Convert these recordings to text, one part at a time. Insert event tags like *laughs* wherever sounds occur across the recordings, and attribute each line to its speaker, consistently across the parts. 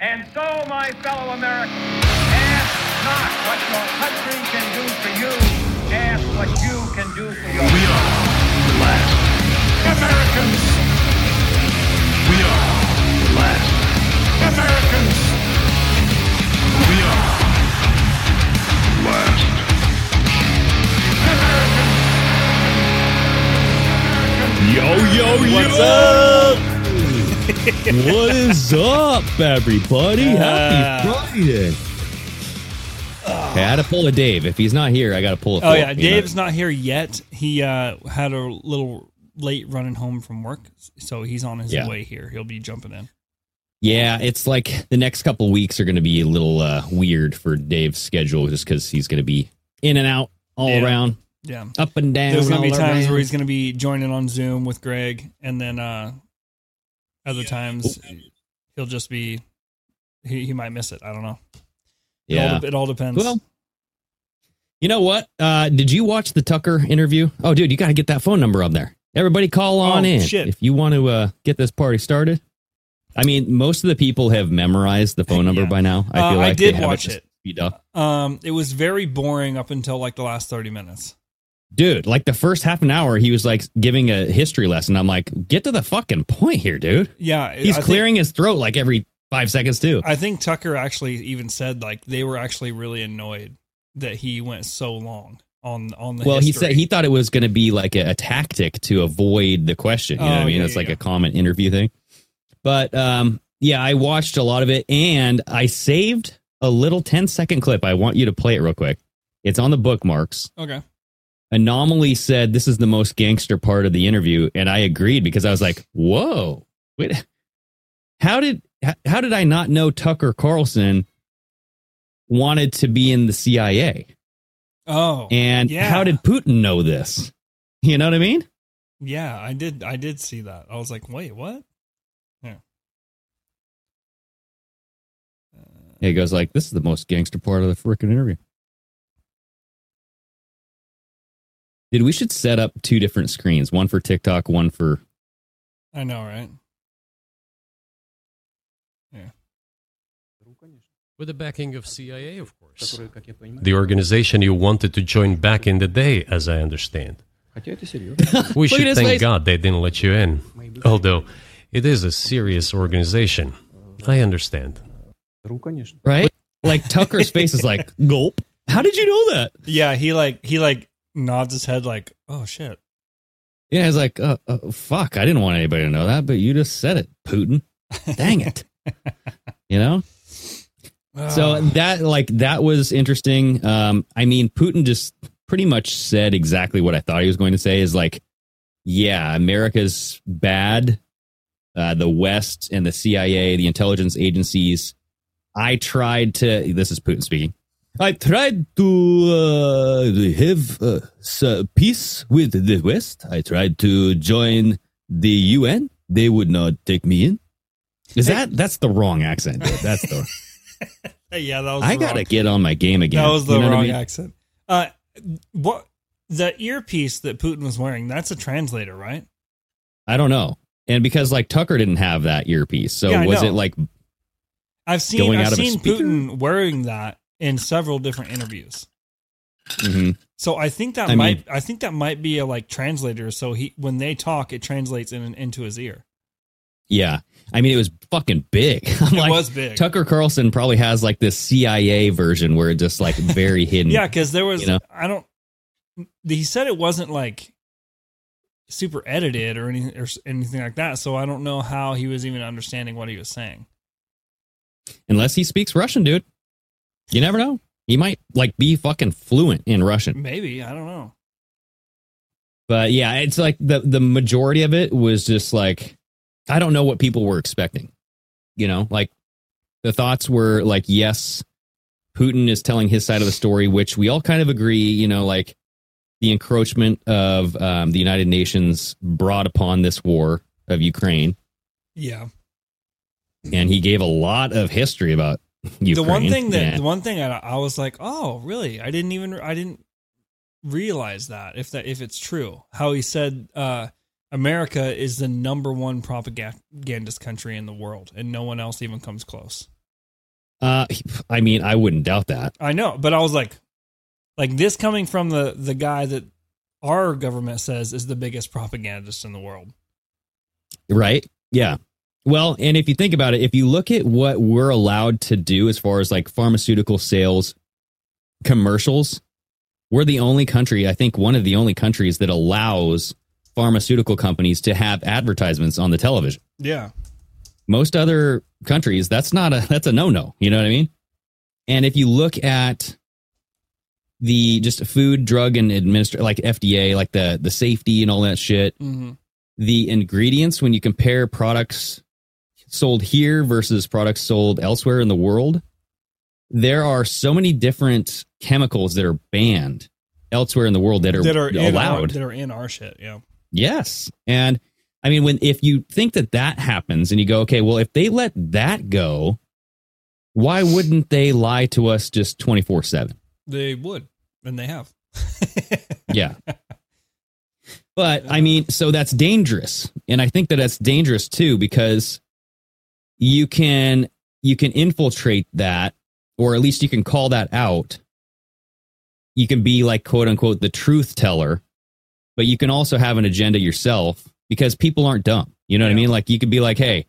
Speaker 1: And so, my fellow Americans, ask not what your country can do for you, ask what you can do for your
Speaker 2: We are the last Americans. We are the last Americans. We are the last Americans. Yo, yo, yo.
Speaker 3: What's up? *laughs* what is up, everybody? Happy Friday. Hey, I had to pull a Dave. If he's not here, I got to pull a
Speaker 4: Oh yeah, Dave's not here yet. He uh, had a little late running home from work, so he's on his
Speaker 3: Yeah.
Speaker 4: way here. He'll be jumping in.
Speaker 3: Yeah, it's like the next couple weeks are going to be a little uh, weird for Dave's schedule just because he's going to be in and out all
Speaker 4: Yeah.
Speaker 3: around,
Speaker 4: Yeah,
Speaker 3: up and down.
Speaker 4: there's gonna be
Speaker 3: all
Speaker 4: times
Speaker 3: around.
Speaker 4: where he's gonna be joining on Zoom with Greg, and then uh, other times
Speaker 3: Oh.
Speaker 4: he'll just be he, he might miss it. I don't know. It all,
Speaker 3: Yeah.
Speaker 4: de- it all depends.
Speaker 3: Well, you know what? Uh, did you watch the Tucker interview? Oh, dude, you got to get that phone number on there. Everybody call on in
Speaker 4: Oh, shit.
Speaker 3: if you want to uh, get this party started. I mean, most of the people have memorized the phone number
Speaker 4: Yeah.
Speaker 3: by now. I
Speaker 4: Uh,
Speaker 3: feel
Speaker 4: I
Speaker 3: like they
Speaker 4: did
Speaker 3: have
Speaker 4: watch
Speaker 3: just
Speaker 4: it.
Speaker 3: beat up.
Speaker 4: um, it was very boring up until like the last thirty minutes.
Speaker 3: Dude, like the first half an hour, he was like giving a history lesson. I'm like, get to the fucking point here, dude.
Speaker 4: Yeah,
Speaker 3: He's
Speaker 4: I think-
Speaker 3: clearing his throat like every five seconds, too.
Speaker 4: I think Tucker actually even said like they were actually really annoyed that he went so long on on the.
Speaker 3: Well, he
Speaker 4: history.
Speaker 3: said he thought it was going to be like a, a tactic to avoid the question. You know
Speaker 4: Oh,
Speaker 3: what I mean?
Speaker 4: yeah,
Speaker 3: it's
Speaker 4: yeah,
Speaker 3: like
Speaker 4: yeah.
Speaker 3: a common interview thing. But um, yeah, I watched a lot of it and I saved a little 10 second clip. I want you to play it real quick. It's on the bookmarks.
Speaker 4: okay.
Speaker 3: Anomaly said this is the most gangster part of the interview. And I agreed because I was like, whoa, wait, how did h- how did I not know Tucker Carlson wanted to be in the CIA?
Speaker 4: Oh,
Speaker 3: And
Speaker 4: yeah.
Speaker 3: how did Putin know this? You know what I mean?
Speaker 4: yeah? I did. I did see that. I was like, wait, what?
Speaker 3: He goes like, "This is the most gangster part of the freaking interview." Dude, we should set up two different screens, one for TikTok, one for
Speaker 4: I know, right?
Speaker 5: With the backing of CIA, of course.
Speaker 6: которую, как я понимаю,
Speaker 7: The organization you wanted to join back in the day, as I understand.
Speaker 6: хотя это серьезно.
Speaker 7: We
Speaker 3: Look at
Speaker 7: should
Speaker 3: his
Speaker 7: thank
Speaker 3: face.
Speaker 7: God they didn't let you in. Although, it is a serious organization. I understand.
Speaker 6: Ру, конечно.
Speaker 3: right? Like Tucker's face is like, *laughs* "Gulp." How did you know that?
Speaker 4: Yeah, he like he like nods his head like, oh shit.
Speaker 3: Yeah, it's like, uh, uh, "Fuck, I didn't want anybody to know that, but you just said it, Putin." Dang it. you know? So um,
Speaker 4: Ah.
Speaker 3: that like that was interesting. Um, I mean, Putin just pretty much said exactly what I thought he was going to say. Is like, yeah, America's bad. Uh, the West and the CIA, the intelligence agencies. I tried to. This is Putin speaking. I tried to uh, have uh, s- peace with the West. I tried to join the UN. They would not take me in. Is that that's the wrong accent? Dude. That's the
Speaker 4: Hey, yeah, that was.
Speaker 3: I
Speaker 4: the
Speaker 3: gotta
Speaker 4: wrong-
Speaker 3: get on my game again.
Speaker 4: That was the
Speaker 3: You know what I
Speaker 4: wrong
Speaker 3: mean?
Speaker 4: accent. Uh, what the earpiece that Putin was wearing? That's a translator, right?
Speaker 3: I don't know. And because like Tucker didn't have that earpiece, so
Speaker 4: Yeah, I
Speaker 3: was
Speaker 4: know.
Speaker 3: it like
Speaker 4: I've seen
Speaker 3: Going
Speaker 4: I've
Speaker 3: out of a
Speaker 4: seen
Speaker 3: speaker?
Speaker 4: Putin wearing that in several different interviews.
Speaker 3: mhm.
Speaker 4: So I think that
Speaker 3: I
Speaker 4: might
Speaker 3: mean-
Speaker 4: I think that might be a like translator. So he when they talk, it translates in into his ear.
Speaker 3: yeah? I mean, it was fucking big. *laughs* I'm
Speaker 4: It
Speaker 3: like,
Speaker 4: was big.
Speaker 3: Tucker Carlson probably has like this CIA version where it's just like
Speaker 4: *laughs*
Speaker 3: very hidden.
Speaker 4: yeah, because there was
Speaker 3: Mm-hmm. You know?
Speaker 4: I don't. He said it wasn't like super edited or anything or s- anything like that. So I don't know how he was even understanding what he was saying.
Speaker 3: unless he speaks Russian, dude. You never know. He might like be fucking fluent in Russian.
Speaker 4: Maybe I don't know.
Speaker 3: But yeah, it's like the the majority of it was just like I don't know what people were expecting. You know, like the thoughts were like yes, Putin is telling his side of the story, which we all kind of agree, you know, like the encroachment of um, the United Nations brought upon this war of Ukraine.
Speaker 4: Yeah.
Speaker 3: And he gave a lot of history about Ukraine.
Speaker 4: The one thing that
Speaker 3: and-
Speaker 4: the one thing I, I was like, oh, really? I didn't even I didn't realize that if that if it's true how he said uh, America is the number one propagandist country in the world, and no one else even comes close.
Speaker 3: Uh, I mean, I wouldn't doubt that.
Speaker 4: I know, but I was like, like this coming from the the guy that our government says is the biggest propagandist in the world.
Speaker 3: Right? Yeah. Well, and if you think about it, if you look at what we're allowed to do as far as like pharmaceutical sales, commercials, we're the only country, I think one of the only countries that allows pharmaceutical companies to have advertisements on the television.
Speaker 4: Yeah,
Speaker 3: most other countries that's not a that's a no-no you know what i mean and if you look at the just food drug and administer like fda like the the safety and all that shit
Speaker 4: mm-hmm.
Speaker 3: the ingredients when you compare products sold here versus products sold elsewhere in the world there are so many different chemicals that are banned elsewhere in the world that are,
Speaker 4: that are in our,
Speaker 3: allowed
Speaker 4: that are in our shit. Yeah,
Speaker 3: Yes. And I mean, when if you think that that happens and you go, okay, well, if they let that go, why wouldn't they lie to us just 24 7?
Speaker 4: they would, and they have.
Speaker 3: Yeah. but I mean, so that's dangerous. And I think that that's dangerous too, because you can you can infiltrate that or at least you can call that out you can be like quote unquote the truth teller but you can also have an agenda yourself because people aren't dumb you know what i mean like you could be like hey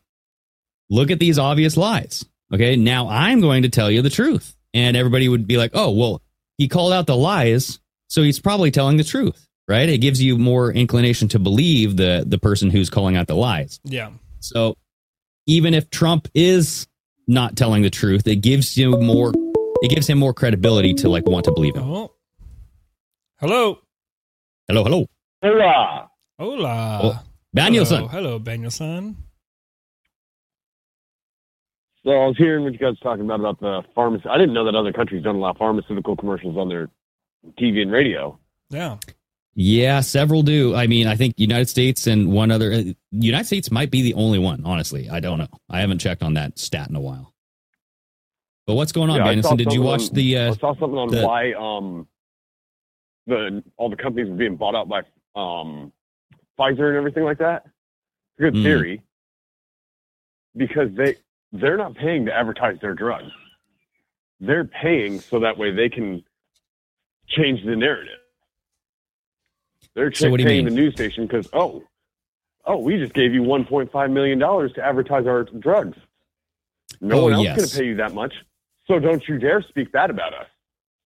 Speaker 3: look at these obvious lies okay now i'm going to tell you the truth and everybody would be like oh well he called out the lies so he's probably telling the truth right it gives you more inclination to believe the the person who's calling out the lies
Speaker 4: yeah,
Speaker 3: so even if Trump is not telling the truth, it gives you more it gives him more credibility to like want to believe him.
Speaker 4: Oh. Hello.
Speaker 3: Hello, hello.
Speaker 8: Hola.
Speaker 4: Hola.
Speaker 3: Oh, Danielson.
Speaker 4: Hello, hello Danielson.
Speaker 8: So I was hearing what you guys were talking about about the pharmacy. I didn't know that other countries don't allow pharmaceutical commercials on their TV and radio.
Speaker 4: Yeah.
Speaker 3: Yeah, several do. I mean, I think United States and one other uh, United States might be the only one, honestly. I don't know. I haven't checked on that stat in a while. But what's going on,
Speaker 8: Yeah, I saw
Speaker 3: Danielson? Did you
Speaker 8: something
Speaker 3: watch
Speaker 8: on-
Speaker 3: the uh
Speaker 8: I saw something on
Speaker 3: the-
Speaker 8: why um the all the companies were being bought out by um Pfizer and everything like that. It's a good
Speaker 3: Mm.
Speaker 8: theory because they they're not paying to advertise their drugs. They're paying so that way they can change the narrative. They're
Speaker 3: So what do you
Speaker 8: paying
Speaker 3: mean?
Speaker 8: the news station because oh oh we just gave you 1.5 million dollars to advertise our drugs. No
Speaker 3: Oh,
Speaker 8: one else
Speaker 3: yes.
Speaker 8: going to pay you that much. So don't you dare speak bad about us.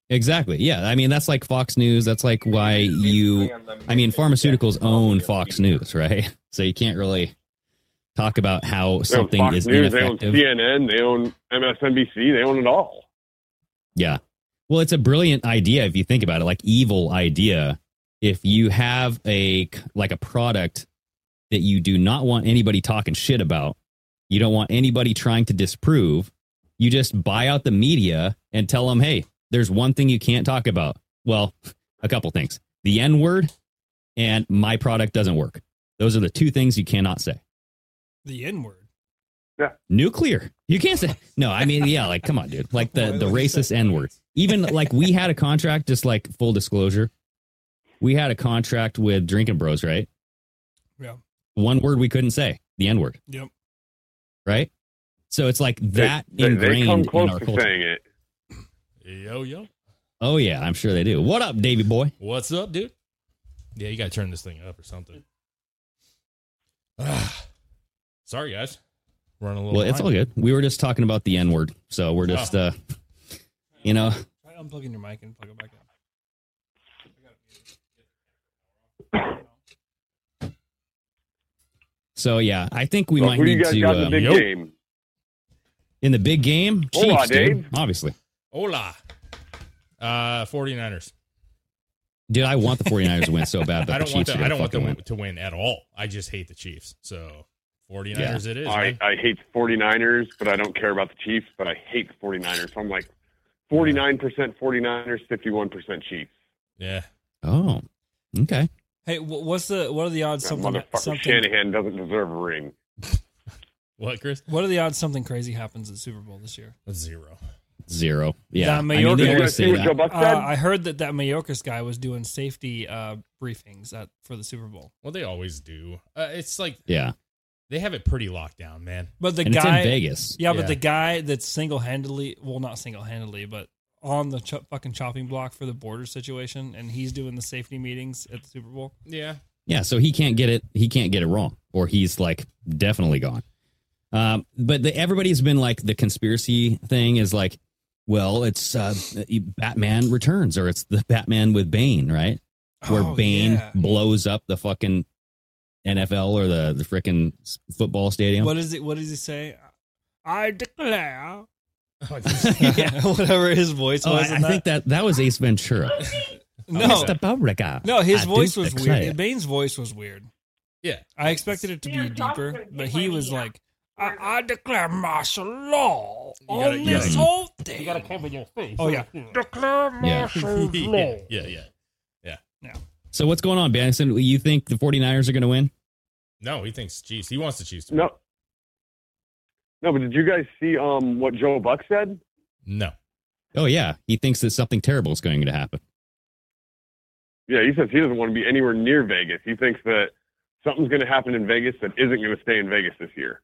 Speaker 3: Exactly. Yeah. I mean, that's like Fox News. That's like why you, I mean, pharmaceuticals own Fox News, *laughs* right? So you can't really talk about how
Speaker 8: They own
Speaker 3: something
Speaker 8: Fox
Speaker 3: is
Speaker 8: News, they own
Speaker 3: ineffective.
Speaker 8: CNN, they own MSNBC, they own it all.
Speaker 3: Yeah. Well, it's a brilliant idea if you think about it, like evil idea. If you have a like a product that you do not want anybody talking shit about, you don't want anybody trying to disprove, you just buy out the media and tell them, "Hey, there's one thing you can't talk about." Well, *laughs* a couple things. The N-word and my product doesn't work. Those are the two things you cannot say.
Speaker 4: The N word.
Speaker 3: Nuclear. You can't say no. I mean, yeah, like come on, dude. Like the
Speaker 4: Why
Speaker 3: the
Speaker 4: would you
Speaker 3: racist
Speaker 4: say-
Speaker 3: N word. Even like we had a contract. Just like full disclosure, we had a contract with Drinking Bros. Right.
Speaker 4: Yeah.
Speaker 3: One word we couldn't say. The N word.
Speaker 4: Yep.
Speaker 3: Right. So it's like
Speaker 8: They-
Speaker 3: that
Speaker 8: they,
Speaker 3: ingrained
Speaker 8: they come close
Speaker 3: in our
Speaker 8: to
Speaker 3: culture.
Speaker 8: saying it.
Speaker 5: Yo, yo.
Speaker 3: Oh yeah, I'm sure they do. What up, Davy boy?
Speaker 5: What's up, dude? Yeah, you got to turn this thing up or something. Ah. Sorry, guys. Running a little
Speaker 3: Well, it's all
Speaker 5: behind.
Speaker 3: good. We were just talking about the N word, so we're just, uh you know,
Speaker 4: Try unplugging your mic and plug it back in.
Speaker 3: so yeah. I think we
Speaker 8: So
Speaker 3: might
Speaker 8: who do you
Speaker 3: need
Speaker 8: guys
Speaker 3: to
Speaker 8: got in the
Speaker 3: um,
Speaker 8: big
Speaker 5: yo.
Speaker 8: game?
Speaker 3: in the big game.
Speaker 8: Hola,
Speaker 3: Chiefs, dude,
Speaker 8: Dave.
Speaker 3: obviously.
Speaker 5: Hola. Uh, 49ers.
Speaker 3: Dude, I want the 49ers to win so bad, but
Speaker 5: *laughs* I don't
Speaker 3: the
Speaker 5: want
Speaker 3: Chiefs
Speaker 5: the,
Speaker 3: are
Speaker 5: I don't want
Speaker 3: fucking
Speaker 5: them
Speaker 3: win.
Speaker 5: to win at all. I just hate the Chiefs. So 49ers it is.
Speaker 8: I,
Speaker 5: man.
Speaker 8: I hate the 49ers, but I don't care about the Chiefs, but I hate the 49ers. So I'm like 49% 49ers, 51% Chiefs.
Speaker 5: yeah.
Speaker 3: Oh, okay.
Speaker 4: Hey, wh- what's the what are the odds
Speaker 8: That
Speaker 4: something
Speaker 8: motherfucker
Speaker 4: something
Speaker 8: Shanahan doesn't deserve a ring.
Speaker 5: What, Chris?
Speaker 4: what are the odds something crazy happens at the Super Bowl this year?
Speaker 5: Zero.
Speaker 3: Zero. Yeah.
Speaker 4: That
Speaker 3: I
Speaker 4: Mayorkas-
Speaker 3: mean, they
Speaker 8: Did you
Speaker 3: always
Speaker 8: guys see
Speaker 3: say
Speaker 8: what Joe
Speaker 3: that.
Speaker 8: Buck said?
Speaker 4: Uh, I heard that that Mayorkas guy was doing safety uh, briefings at for the Super Bowl,
Speaker 5: Well, they always do. Uh, it's like
Speaker 3: Yeah.
Speaker 5: they have it pretty locked down, man.
Speaker 4: but the
Speaker 3: and it's
Speaker 4: guy,
Speaker 3: in Vegas.
Speaker 4: yeah, but
Speaker 5: Yeah.
Speaker 4: the guy that's single handedly, well, not single handedly, but on the cho- fucking chopping block for the border situation, and he's doing the safety meetings at the Super Bowl.
Speaker 5: Yeah.
Speaker 3: Yeah, so he can't get it. He can't get it wrong, or he's like definitely gone. Um, but the, everybody's been like the conspiracy thing is like, well, it's uh, Batman Returns, or it's the Batman with Bane, right? Where
Speaker 4: Oh,
Speaker 3: Bane
Speaker 4: yeah.
Speaker 3: blows up the fucking NFL or the the freaking football stadium.
Speaker 4: What is it? What does he say? I declare. *laughs*
Speaker 3: Yeah.
Speaker 4: whatever his voice
Speaker 3: oh, I,
Speaker 4: was. in
Speaker 3: I think that that was Ace Ventura.
Speaker 4: no,
Speaker 3: Mr. Paprika,
Speaker 4: no, his
Speaker 3: I
Speaker 4: voice
Speaker 3: do
Speaker 4: was
Speaker 3: declare.
Speaker 4: weird. Bane's voice was weird.
Speaker 5: Yeah. *laughs*
Speaker 4: I expected it to be deeper, but he was like, I, I declare martial law
Speaker 5: gotta-
Speaker 4: on
Speaker 5: you
Speaker 4: this
Speaker 3: gotta-
Speaker 4: whole thing. You gotta cover your face. Oh, *laughs* yeah. Declare
Speaker 3: Yeah.
Speaker 4: martial
Speaker 5: *laughs* yeah.
Speaker 4: law.
Speaker 5: Yeah. Yeah.
Speaker 3: So what's going on, Benson? You think the 49ers are going to win?
Speaker 5: No, he thinks Chiefs. He wants the Chiefs to win.
Speaker 8: No. No, but did you guys see um, what Joe Buck said?
Speaker 5: No.
Speaker 3: Oh yeah, he thinks that something terrible is going to happen.
Speaker 8: Yeah, he says he doesn't want to be anywhere near Vegas. He thinks that something's going to happen in Vegas that isn't going to stay in Vegas this year.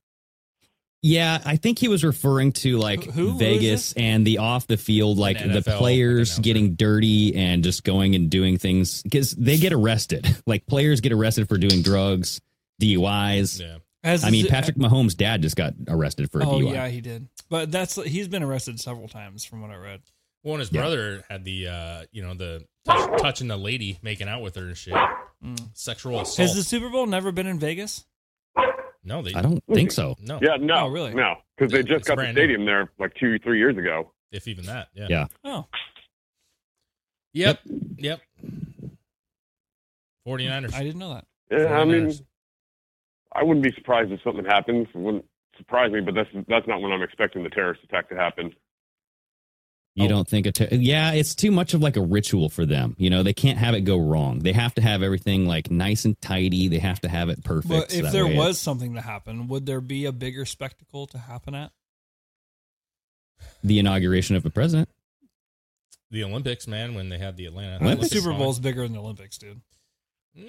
Speaker 3: Yeah, I think he was referring to like
Speaker 4: Who- who- who is
Speaker 3: Vegas and the off the field, like
Speaker 5: An
Speaker 3: the
Speaker 5: NFL
Speaker 3: players
Speaker 5: announcer.
Speaker 3: getting dirty and just going and doing things because they get arrested. *laughs* Like players get arrested for doing drugs, DUIs.
Speaker 5: Yeah.
Speaker 4: Has
Speaker 3: I mean,
Speaker 4: it-
Speaker 3: Patrick Mahomes' dad just got arrested for a
Speaker 4: Oh,
Speaker 3: DUI.
Speaker 4: yeah, he did. But that's he's been arrested several times from what I read.
Speaker 5: Well, and his
Speaker 3: Yeah.
Speaker 5: brother had the, uh, you know, the touch, touching the lady, making out with her and shit.
Speaker 4: Mm.
Speaker 5: Sexual assault.
Speaker 4: Has the Super Bowl never been in Vegas?
Speaker 5: no, they
Speaker 3: I don't think so.
Speaker 5: No,
Speaker 8: Yeah, no.
Speaker 4: Oh, really?
Speaker 8: No, because they
Speaker 5: Yeah,
Speaker 8: just
Speaker 5: it's
Speaker 8: got the
Speaker 5: brand new.
Speaker 8: stadium there like two, three years ago.
Speaker 5: if even that. Yeah.
Speaker 3: Yeah.
Speaker 4: Oh,
Speaker 5: Yep. Yep. 49ers.
Speaker 4: I didn't know that.
Speaker 8: Yeah, I mean,
Speaker 5: 49ers.
Speaker 8: I wouldn't be surprised if something happens. It wouldn't surprise me, but that's that's not when I'm expecting the terrorist attack to happen.
Speaker 3: You
Speaker 5: Oh.
Speaker 3: don't think it? yeah, it's too much of like a ritual for them. You know, they can't have it go wrong. They have to have everything like nice and tidy. They have to have it perfect.
Speaker 4: But
Speaker 3: so
Speaker 4: if
Speaker 3: that
Speaker 4: there
Speaker 3: way it-
Speaker 4: was something to happen, would there be a bigger spectacle to happen at?
Speaker 3: the inauguration of a president,
Speaker 5: the Olympics, man, when they had the Atlanta
Speaker 3: Olympics?
Speaker 5: Olympics
Speaker 4: Super
Speaker 5: on.
Speaker 4: Bowl's bigger than the Olympics, dude.
Speaker 5: Mm,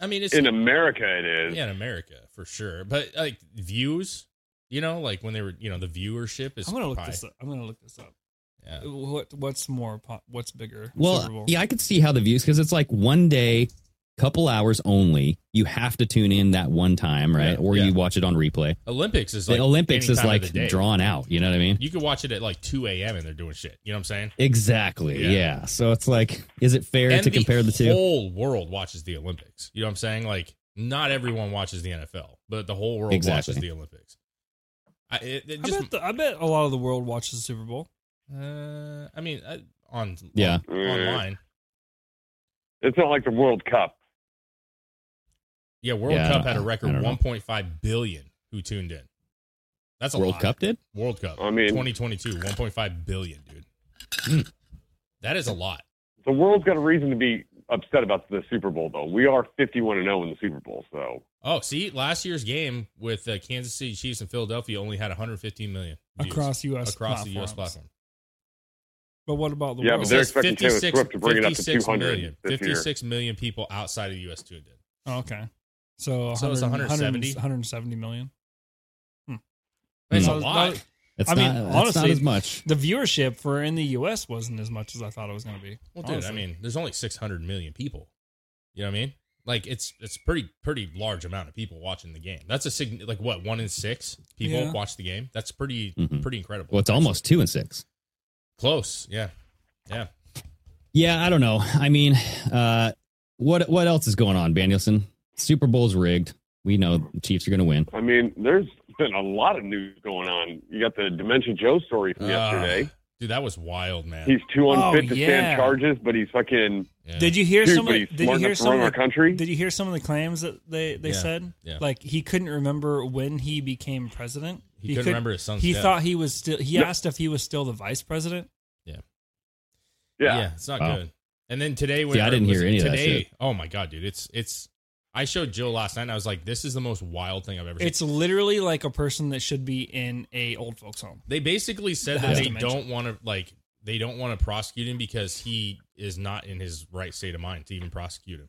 Speaker 5: I mean, it's
Speaker 8: In America, it is.
Speaker 5: yeah, in America for sure, but like views, you know, like when they were, you know, the viewership is.
Speaker 4: I'm gonna look
Speaker 5: high.
Speaker 4: this up. I'm gonna look this up.
Speaker 5: Yeah.
Speaker 4: What what's more? po- What's bigger? Super
Speaker 3: Well,
Speaker 4: Bowl?
Speaker 3: yeah, I could see how the views because it's like one day, couple hours only. You have to tune in that one time, right?
Speaker 5: Yeah,
Speaker 3: or
Speaker 5: yeah.
Speaker 3: you watch it on replay.
Speaker 5: Olympics is
Speaker 3: The
Speaker 5: like
Speaker 3: Olympics
Speaker 5: any
Speaker 3: is
Speaker 5: time of
Speaker 3: like
Speaker 5: the day.
Speaker 3: drawn out. You know what I mean?
Speaker 5: You could watch it at like 2 a.m. and they're doing shit. You know what I'm saying?
Speaker 3: Exactly.
Speaker 5: Yeah.
Speaker 3: Yeah. So it's like, is it fair
Speaker 5: and
Speaker 3: to compare the two?
Speaker 5: whole world watches the Olympics. You know what I'm saying? Like, not everyone watches the NFL, but the whole world
Speaker 3: Exactly.
Speaker 5: watches the Olympics. I, it, it
Speaker 4: I
Speaker 5: just,
Speaker 4: bet the, I bet a lot of the world watches the Super Bowl.
Speaker 5: uh, I mean, I, on
Speaker 3: Yeah.
Speaker 5: on- online,
Speaker 8: Mm. It's not like the World Cup.
Speaker 5: yeah. World
Speaker 3: Yeah, I
Speaker 5: Cup
Speaker 3: don't-
Speaker 5: had a
Speaker 3: I
Speaker 5: record
Speaker 3: don't know.
Speaker 5: 1.5 billion who tuned in. That's a
Speaker 3: World
Speaker 5: lot.
Speaker 3: Cup did?
Speaker 5: World Cup.
Speaker 8: I mean-
Speaker 5: 2022, 1.5 billion, dude.
Speaker 3: Hmm.
Speaker 5: that is a lot.
Speaker 8: The world's got a reason to be upset about the Super Bowl, though. We are 51 and 0 in the Super Bowl, so
Speaker 5: Oh, see, last year's game with the Kansas City Chiefs and Philadelphia only had 115 million views
Speaker 4: Across US
Speaker 5: across the
Speaker 4: platforms.
Speaker 5: U.S. platform.
Speaker 4: But what about the
Speaker 8: Yeah,
Speaker 4: world?
Speaker 8: but they're
Speaker 5: It says
Speaker 8: expecting Taylor Swift to bring it up to
Speaker 5: 56
Speaker 8: 200
Speaker 5: million.
Speaker 8: this year.
Speaker 5: 56 million people outside of the U.S. tuned in.
Speaker 4: Oh, okay, so,
Speaker 5: So it's 170?
Speaker 4: 170 170 million.
Speaker 5: That's
Speaker 4: Hmm.
Speaker 5: a lot.
Speaker 3: It's
Speaker 4: I mean,
Speaker 3: not, it's not
Speaker 4: honestly-
Speaker 3: as much.
Speaker 4: The viewership for in the U.S. wasn't as much as I thought it was going to be.
Speaker 5: Well, dude, I
Speaker 4: honestly.
Speaker 5: mean, there's only 600 million people. You know what I mean? Like it's it's pretty pretty large amount of people watching the game. That's a sig- like what one in six people
Speaker 4: Yeah.
Speaker 5: watch the game. That's pretty
Speaker 3: Mhm.
Speaker 5: pretty incredible.
Speaker 3: Well, it's almost two and six.
Speaker 5: close. Yeah, yeah.
Speaker 3: Yeah, I don't know. I mean, uh, what what else is going on, Danielson? Super Bowl's rigged. We know the Chiefs are going to win.
Speaker 8: I mean, there's been a lot of news going on. You got the Dementia Joe story from
Speaker 5: Uh,
Speaker 8: yesterday.
Speaker 5: Dude, that was wild, man.
Speaker 8: He's too unfit
Speaker 4: Oh,
Speaker 8: to
Speaker 4: yeah.
Speaker 8: stand charges, but he's fucking.
Speaker 5: Yeah.
Speaker 4: Did you hear
Speaker 8: Dude,
Speaker 4: some?
Speaker 8: but
Speaker 4: Of
Speaker 8: he's
Speaker 4: the, did you
Speaker 8: smart
Speaker 4: hear
Speaker 8: enough to
Speaker 4: some?
Speaker 8: run
Speaker 4: Of
Speaker 8: our
Speaker 4: the,
Speaker 8: country.
Speaker 4: Did you hear some of the claims that they they
Speaker 5: Yeah.
Speaker 4: said?
Speaker 5: Yeah.
Speaker 4: Like he couldn't remember when he became president.
Speaker 5: He couldn't
Speaker 4: could-
Speaker 5: remember his son's
Speaker 4: He
Speaker 5: death.
Speaker 4: thought he was still. He asked if he was still the vice president.
Speaker 8: Yeah.
Speaker 5: it's not
Speaker 3: Wow.
Speaker 5: good. And then today, when
Speaker 3: See, I didn't hear any of that
Speaker 5: today,
Speaker 3: shit.
Speaker 5: Oh my god, dude, it's it's. I showed Jill last night. and I was like, "This is the most wild thing I've ever seen."
Speaker 4: It's literally like a person that should be in a old folks home.
Speaker 5: They basically said that
Speaker 4: Has
Speaker 5: they
Speaker 4: dementia.
Speaker 5: don't want to like they don't want to prosecute him because he is not in his right state of mind to even prosecute him.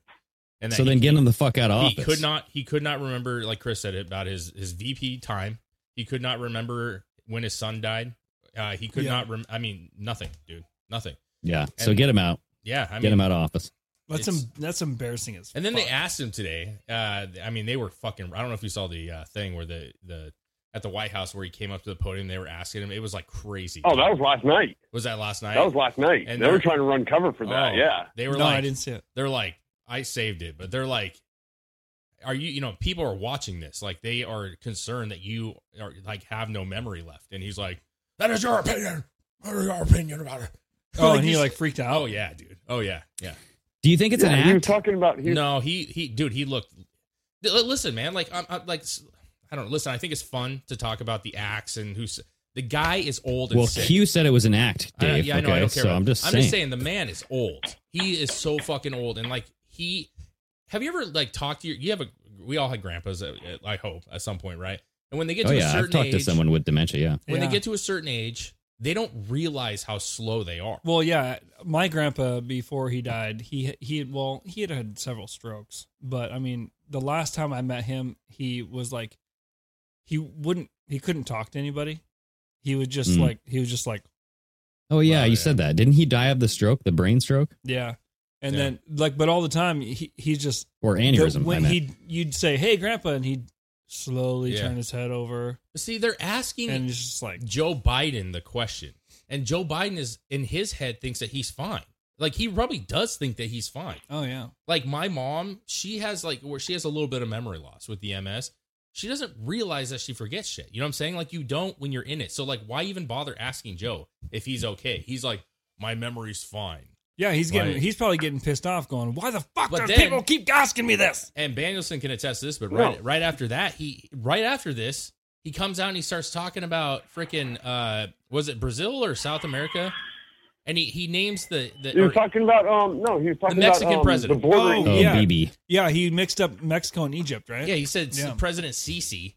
Speaker 5: And that
Speaker 3: So
Speaker 5: he,
Speaker 3: then get him the fuck out of
Speaker 5: he
Speaker 3: office.
Speaker 5: could not he could not remember like Chris said about his his VP time. He could not remember when his son died. Uh, he could
Speaker 4: Yeah.
Speaker 5: not. Rem- I mean, nothing, dude, nothing.
Speaker 3: Yeah. So
Speaker 5: And-
Speaker 3: get him out.
Speaker 5: Yeah, I mean,
Speaker 3: get him out of office.
Speaker 4: That's
Speaker 5: It's-
Speaker 4: em- that's embarrassing as.
Speaker 5: And then they
Speaker 4: fuck.
Speaker 5: asked him today. Uh, I mean, they were fucking. I don't know if you saw the uh, thing where the the at the White House where he came up to the podium. They were asking him. It was like crazy.
Speaker 8: Oh, that was last night.
Speaker 5: was that last night.
Speaker 8: That was last night.
Speaker 5: And
Speaker 8: they were
Speaker 5: they're-
Speaker 8: trying to run cover for that.
Speaker 5: Oh,
Speaker 8: yeah.
Speaker 5: they were
Speaker 4: no,
Speaker 5: like,
Speaker 4: I didn't
Speaker 5: *laughs*
Speaker 4: see it.
Speaker 5: they're like, I saved it, but they're like, are you? You know, people are watching this. Like they are concerned that you are like have no memory left. And he's like, that is your opinion. What is your opinion about it? *laughs*
Speaker 4: Oh, and he
Speaker 5: he's-
Speaker 4: like freaked out.
Speaker 5: Oh yeah, dude. Oh yeah, yeah.
Speaker 3: Do you think it's
Speaker 8: Yeah,
Speaker 3: an
Speaker 8: He was
Speaker 3: act?
Speaker 8: talking about. He was,
Speaker 5: No, he he, dude, he looked. L- Listen, man, like I'm, I'm like s- I don't know. Listen, I think it's fun to talk about the acts and who's the guy is old. And
Speaker 3: well,
Speaker 5: sick.
Speaker 3: Q said it was an act,
Speaker 5: I-
Speaker 3: Dave.
Speaker 5: yeah, I know.
Speaker 3: okay,
Speaker 5: I don't care.
Speaker 3: so
Speaker 5: about-
Speaker 3: I'm just
Speaker 5: I'm
Speaker 3: saying.
Speaker 5: just saying the man is old. He is so fucking old, and like he. Have you ever like talked to your? You have a. We all had grandpas. uh, uh, I hope at some point, right? And when they get
Speaker 3: Oh
Speaker 5: to a
Speaker 3: yeah,
Speaker 5: certain
Speaker 3: I've talked
Speaker 5: age,
Speaker 3: to someone with dementia. Yeah.
Speaker 5: when
Speaker 4: Yeah.
Speaker 5: they get to a certain age, they don't realize how slow they are.
Speaker 4: Well, yeah, my grandpa before he died, he he had well he had had several strokes, but I mean the last time I met him, he was like he wouldn't he couldn't talk to anybody. He would just
Speaker 3: Mm.
Speaker 4: like he was just like
Speaker 3: Oh yeah,
Speaker 5: Oh,
Speaker 3: you
Speaker 5: yeah.
Speaker 3: said that. Didn't he die of the stroke, the brain stroke,
Speaker 4: yeah, and
Speaker 5: Yeah.
Speaker 4: then like but all the time he he's just
Speaker 3: or aneurysm? I
Speaker 4: when
Speaker 3: meant.
Speaker 4: he you'd say hey grandpa and he'd slowly
Speaker 5: Yeah.
Speaker 4: turn his head over
Speaker 5: See, they're asking
Speaker 4: and it's just like
Speaker 5: Joe Biden the question. And Joe Biden is in his head thinks that he's fine. Like he probably does think that he's fine.
Speaker 4: oh yeah
Speaker 5: Like my mom, she has like where she has a little bit of memory loss with the MS. She doesn't realize that she forgets shit. You know what I'm saying? Like you don't when you're in it. So like why even bother asking Joe if he's okay? He's like my memory's fine.
Speaker 4: yeah he's getting
Speaker 5: Right.
Speaker 4: he's probably getting pissed off going why the fuck
Speaker 5: But
Speaker 4: do
Speaker 5: then-
Speaker 4: people keep asking me this
Speaker 5: And Danielson can attest to this, but
Speaker 8: No.
Speaker 5: right right after that, he right after this, he comes out and he starts talking about freaking uh was it Brazil or South America? And he, he names the, the
Speaker 8: he was
Speaker 5: or-
Speaker 8: talking about. Um, no, he was talking
Speaker 5: Mexican
Speaker 8: about um,
Speaker 5: president.
Speaker 8: the bordering.
Speaker 4: Oh,
Speaker 3: oh
Speaker 4: yeah.
Speaker 3: BB.
Speaker 4: yeah he mixed up Mexico and Egypt right
Speaker 5: Yeah, he said
Speaker 4: Yeah.
Speaker 5: President Sisi.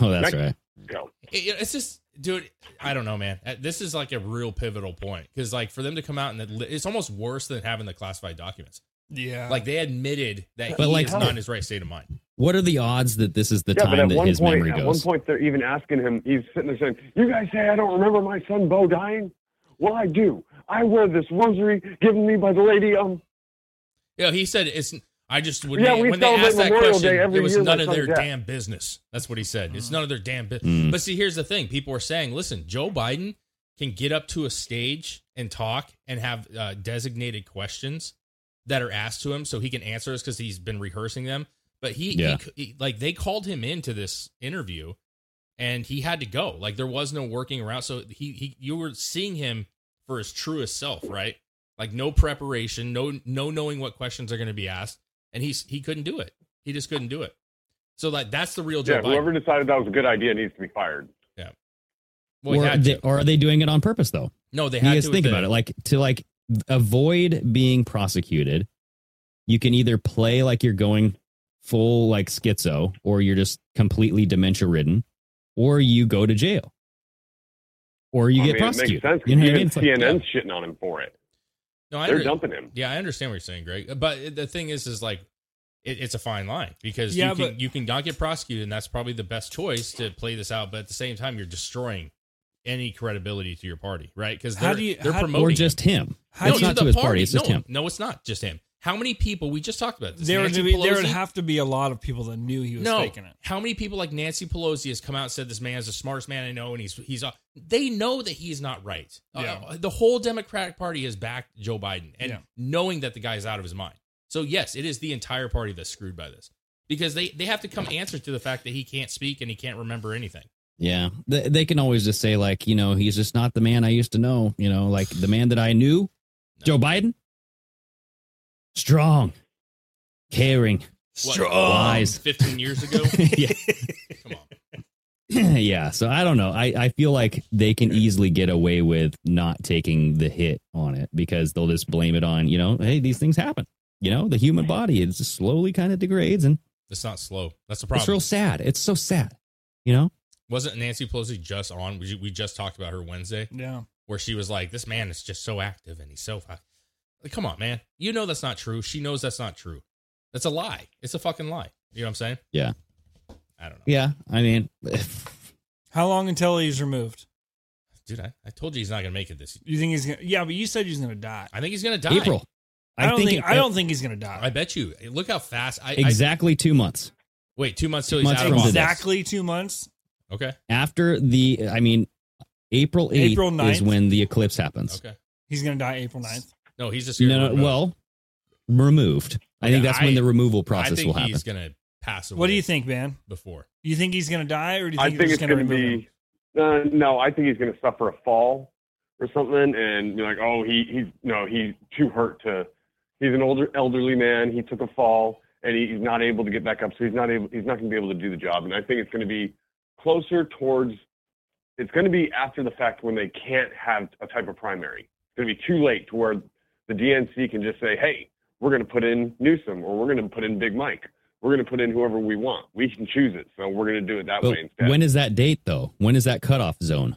Speaker 3: Oh, that's
Speaker 8: Mex-
Speaker 3: right.
Speaker 8: Go.
Speaker 5: It- it- it's just, dude, I don't know, man. Uh, This is like a real pivotal point because, like, for them to come out and adli- it's almost worse than having the classified documents.
Speaker 4: yeah
Speaker 5: Like, they admitted that
Speaker 3: But,
Speaker 5: he
Speaker 3: like,
Speaker 5: is not in his right state of mind.
Speaker 3: What are the odds that this is the
Speaker 8: Yeah, but
Speaker 3: time
Speaker 8: at
Speaker 3: that
Speaker 8: one
Speaker 3: his
Speaker 8: point,
Speaker 3: memory
Speaker 8: at one
Speaker 3: goes?
Speaker 8: point, they're even asking him. He's sitting there saying, "You guys say I don't remember my son Bo dying. Well, I do. I wear this rosary given me by the lady. Um,
Speaker 5: Yeah, he said it's. I just when,
Speaker 8: Yeah,
Speaker 5: they,
Speaker 8: we
Speaker 5: when they
Speaker 8: celebrate
Speaker 5: asked that
Speaker 8: Memorial
Speaker 5: question,
Speaker 8: Day every
Speaker 5: it was
Speaker 8: year
Speaker 5: none
Speaker 8: my
Speaker 5: of their
Speaker 8: son's death.
Speaker 5: damn business. That's what he said. It's none of their damn business.
Speaker 3: Mm.
Speaker 5: But see, here's the thing: people are saying, listen, Joe Biden can get up to a stage and talk and have uh, designated questions that are asked to him, so he can answer us because he's been rehearsing them. But he, he
Speaker 3: Yeah.
Speaker 5: c- he- like, they called him into this interview, and he had to go. Like, there was no working around. So he, he, you were seeing him for his truest self, right? Like, no preparation, no, no knowing what questions are going to be asked, and he's he couldn't do it. He just couldn't do it. So like, that's the real Joe
Speaker 8: yeah,
Speaker 5: Biden.
Speaker 8: whoever decided that was a good idea needs to be fired.
Speaker 5: Well, he
Speaker 3: or,
Speaker 5: had
Speaker 3: they,
Speaker 5: to.
Speaker 3: or are they doing it on purpose though?
Speaker 5: no, they had
Speaker 3: Because
Speaker 5: to
Speaker 3: think
Speaker 5: with the-
Speaker 3: about it, like to like avoid being prosecuted, you can either play like you're going full like schizo, or you're just completely dementia ridden, or you go to jail, or you
Speaker 8: I
Speaker 3: get
Speaker 8: mean,
Speaker 3: prosecuted.
Speaker 8: It makes sense.
Speaker 3: You know what I mean?
Speaker 8: even
Speaker 3: It's like-
Speaker 8: CNN's shitting on him for it.
Speaker 5: No, I
Speaker 8: They're
Speaker 5: under-
Speaker 8: dumping him.
Speaker 5: Yeah, I understand what you're saying, Greg. But the thing is, is like it, it's a fine line because
Speaker 4: Yeah,
Speaker 5: you can
Speaker 4: but-
Speaker 5: you can not get prosecuted, and that's probably the best choice to play this out. But at the same time, you're destroying any credibility to your party, right? Because
Speaker 4: How
Speaker 5: they're
Speaker 4: do you-
Speaker 5: they're
Speaker 4: how-
Speaker 5: promoting
Speaker 3: or
Speaker 5: him.
Speaker 3: just him.
Speaker 4: How
Speaker 3: it's
Speaker 4: do you-
Speaker 3: not
Speaker 5: the
Speaker 3: to his party. It's
Speaker 5: no,
Speaker 3: just him.
Speaker 5: No, it's not just him. How many people we just talked about this?
Speaker 4: there would,
Speaker 5: Nancy
Speaker 4: be, there would
Speaker 5: Pelosi?
Speaker 4: have to be a lot of people that knew he was
Speaker 5: no.
Speaker 4: faking it.
Speaker 5: How many people like Nancy Pelosi has come out and said this man is the smartest man I know, and he's he's uh, they know that he's not right. Uh,
Speaker 4: Yeah.
Speaker 5: the whole Democratic Party has backed Joe Biden, and
Speaker 4: Yeah.
Speaker 5: knowing that the guy's out of his mind. So yes, it is the entire party that's screwed by this because they they have to come answer to the fact that he can't speak and he can't remember anything.
Speaker 3: Yeah, they, they can always just say like, you know, he's just not the man I used to know. You know, like the man that I knew, Joe Biden, strong, caring,
Speaker 5: What,
Speaker 3: wise.
Speaker 5: 15
Speaker 3: *laughs*
Speaker 5: years ago?
Speaker 3: yeah,
Speaker 5: Come on.
Speaker 3: *clears throat* yeah. So I don't know. I I feel like they can easily get away with not taking the hit on it because they'll just blame it on you know, hey, these things happen. You know, the human body it just slowly kind of degrades, and
Speaker 5: It's not slow. That's the
Speaker 3: it's real
Speaker 5: problem.
Speaker 3: sad. It's so sad. You know.
Speaker 5: Wasn't Nancy Pelosi just on? We, we just talked about her Wednesday
Speaker 4: Yeah.
Speaker 5: where she was like, this man is just so active and he's so. Like, come on, man. You know that's not true. She knows that's not true. That's a lie. It's a fucking lie. You know what I'm saying?
Speaker 3: Yeah.
Speaker 5: I don't know.
Speaker 3: Yeah. I mean,
Speaker 4: How long until he's removed?
Speaker 5: Dude, I, I told you he's not going to make it this year.
Speaker 4: You think he's gonna? Yeah, but you said he's gonna die.
Speaker 5: I think he's going to die.
Speaker 3: April.
Speaker 4: I, don't think.
Speaker 3: it- uh,
Speaker 4: I don't think he's gonna die.
Speaker 5: I bet you. Look how fast. I, I
Speaker 3: exactly two months
Speaker 5: Wait, two months till
Speaker 3: Two
Speaker 5: he's
Speaker 3: months
Speaker 5: out of
Speaker 3: from
Speaker 5: office.
Speaker 3: today.
Speaker 4: exactly two months.
Speaker 5: Okay.
Speaker 3: after the. I mean, April eighth
Speaker 4: April 9th?
Speaker 3: is when the eclipse happens.
Speaker 5: Okay.
Speaker 4: He's gonna die April 9th.
Speaker 5: No, he's just
Speaker 3: No, no, well, removed. I think
Speaker 5: Okay,
Speaker 3: that's when
Speaker 5: I-
Speaker 3: the removal
Speaker 5: I
Speaker 3: process
Speaker 5: think
Speaker 3: will happen.
Speaker 5: he's gonna pass away.
Speaker 4: What do you think, man?
Speaker 5: Before
Speaker 4: You think he's gonna die, or do you
Speaker 8: I
Speaker 4: think,
Speaker 8: think
Speaker 4: they're
Speaker 8: it's
Speaker 4: just gonna,
Speaker 8: going to
Speaker 4: remove him?
Speaker 8: be. Uh, no, I think he's going to suffer a fall or something, and you're like, oh, he he's no, he's too hurt to. He's an older elderly man. He took a fall, and he, he's not able to get back up. So he's not able. He's not going to be able to do the job. And I think it's going to be closer towards. It's going to be after the fact when they can't have a type of primary. It's going to be too late to where the DNC can just say, hey, we're going to put in Newsom, or we're going to put in Big Mike. We're going to put in whoever we want. We can choose it, so we're going to do it that way
Speaker 3: but
Speaker 8: instead.
Speaker 3: when is that date though? When is that cutoff zone?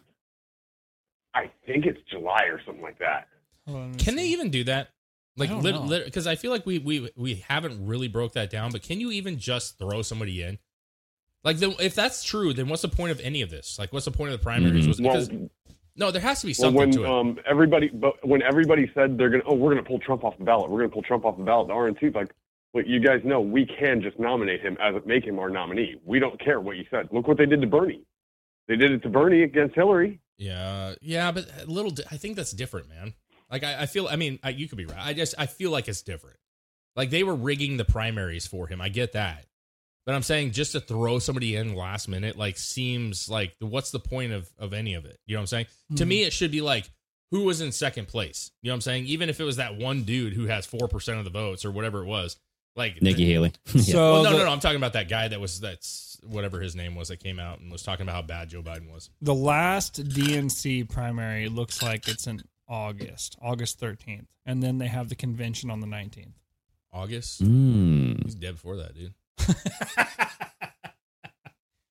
Speaker 8: I think it's July or something like that.
Speaker 4: Hold on, let me *laughs*
Speaker 5: can they
Speaker 4: see.
Speaker 5: even do that? Like,
Speaker 4: I don't know.
Speaker 5: because I feel like we we we haven't really broke that down. But can you even just throw somebody in? Like, then, if that's true, then what's the point of any of this? Like, what's the point of the primaries?
Speaker 3: Mhm.
Speaker 5: Was
Speaker 8: Mm-hmm. Well,
Speaker 5: because no, there has to be
Speaker 8: well
Speaker 5: something
Speaker 8: when
Speaker 5: to it.
Speaker 8: um, everybody, but when everybody said they're gonna, oh, we're gonna pull Trump off the ballot, we're gonna pull Trump off the ballot. The RNC like, look, you guys know we can just nominate him as make him our nominee. We don't care what you said. Look what they did to Bernie. They did it to Bernie against Hillary.
Speaker 5: yeah, yeah, but a little. di- I think that's different, man. Like, I, I feel. I mean, I, you could be right. I just I feel like it's different. Like they were rigging the primaries for him. I get that. But I'm saying just to throw somebody in last minute like seems like what's the point of of any of it? You know what I'm saying? To me it should be like who was in second place? You know what I'm saying? Even if it was that one dude who has 4% of the votes or whatever it was. Like
Speaker 3: Nikki Haley. yeah.
Speaker 4: So
Speaker 5: Well, Oh, no,
Speaker 4: Oh, the,
Speaker 5: no, no. I'm talking about that guy that was that's whatever his name was that came out and was talking about how bad Joe Biden was.
Speaker 4: the last DNC primary looks like it's in August, August 13th, and then they have the convention on the 19th.
Speaker 5: August.
Speaker 3: Mm.
Speaker 5: He's dead before that, dude.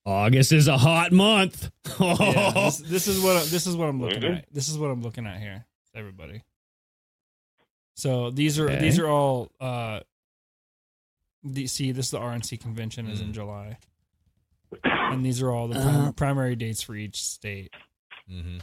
Speaker 3: August is a hot month. *laughs*
Speaker 4: Yeah, this, this is what this is what I'm looking
Speaker 8: Mhm.
Speaker 4: at. This is what I'm looking at here, everybody. So these are
Speaker 3: Okay.
Speaker 4: these are all. uh the, See, this is the RNC convention is in July, and these are all the prim-
Speaker 3: Uh.
Speaker 4: primary dates for each state.
Speaker 5: Mm-hmm.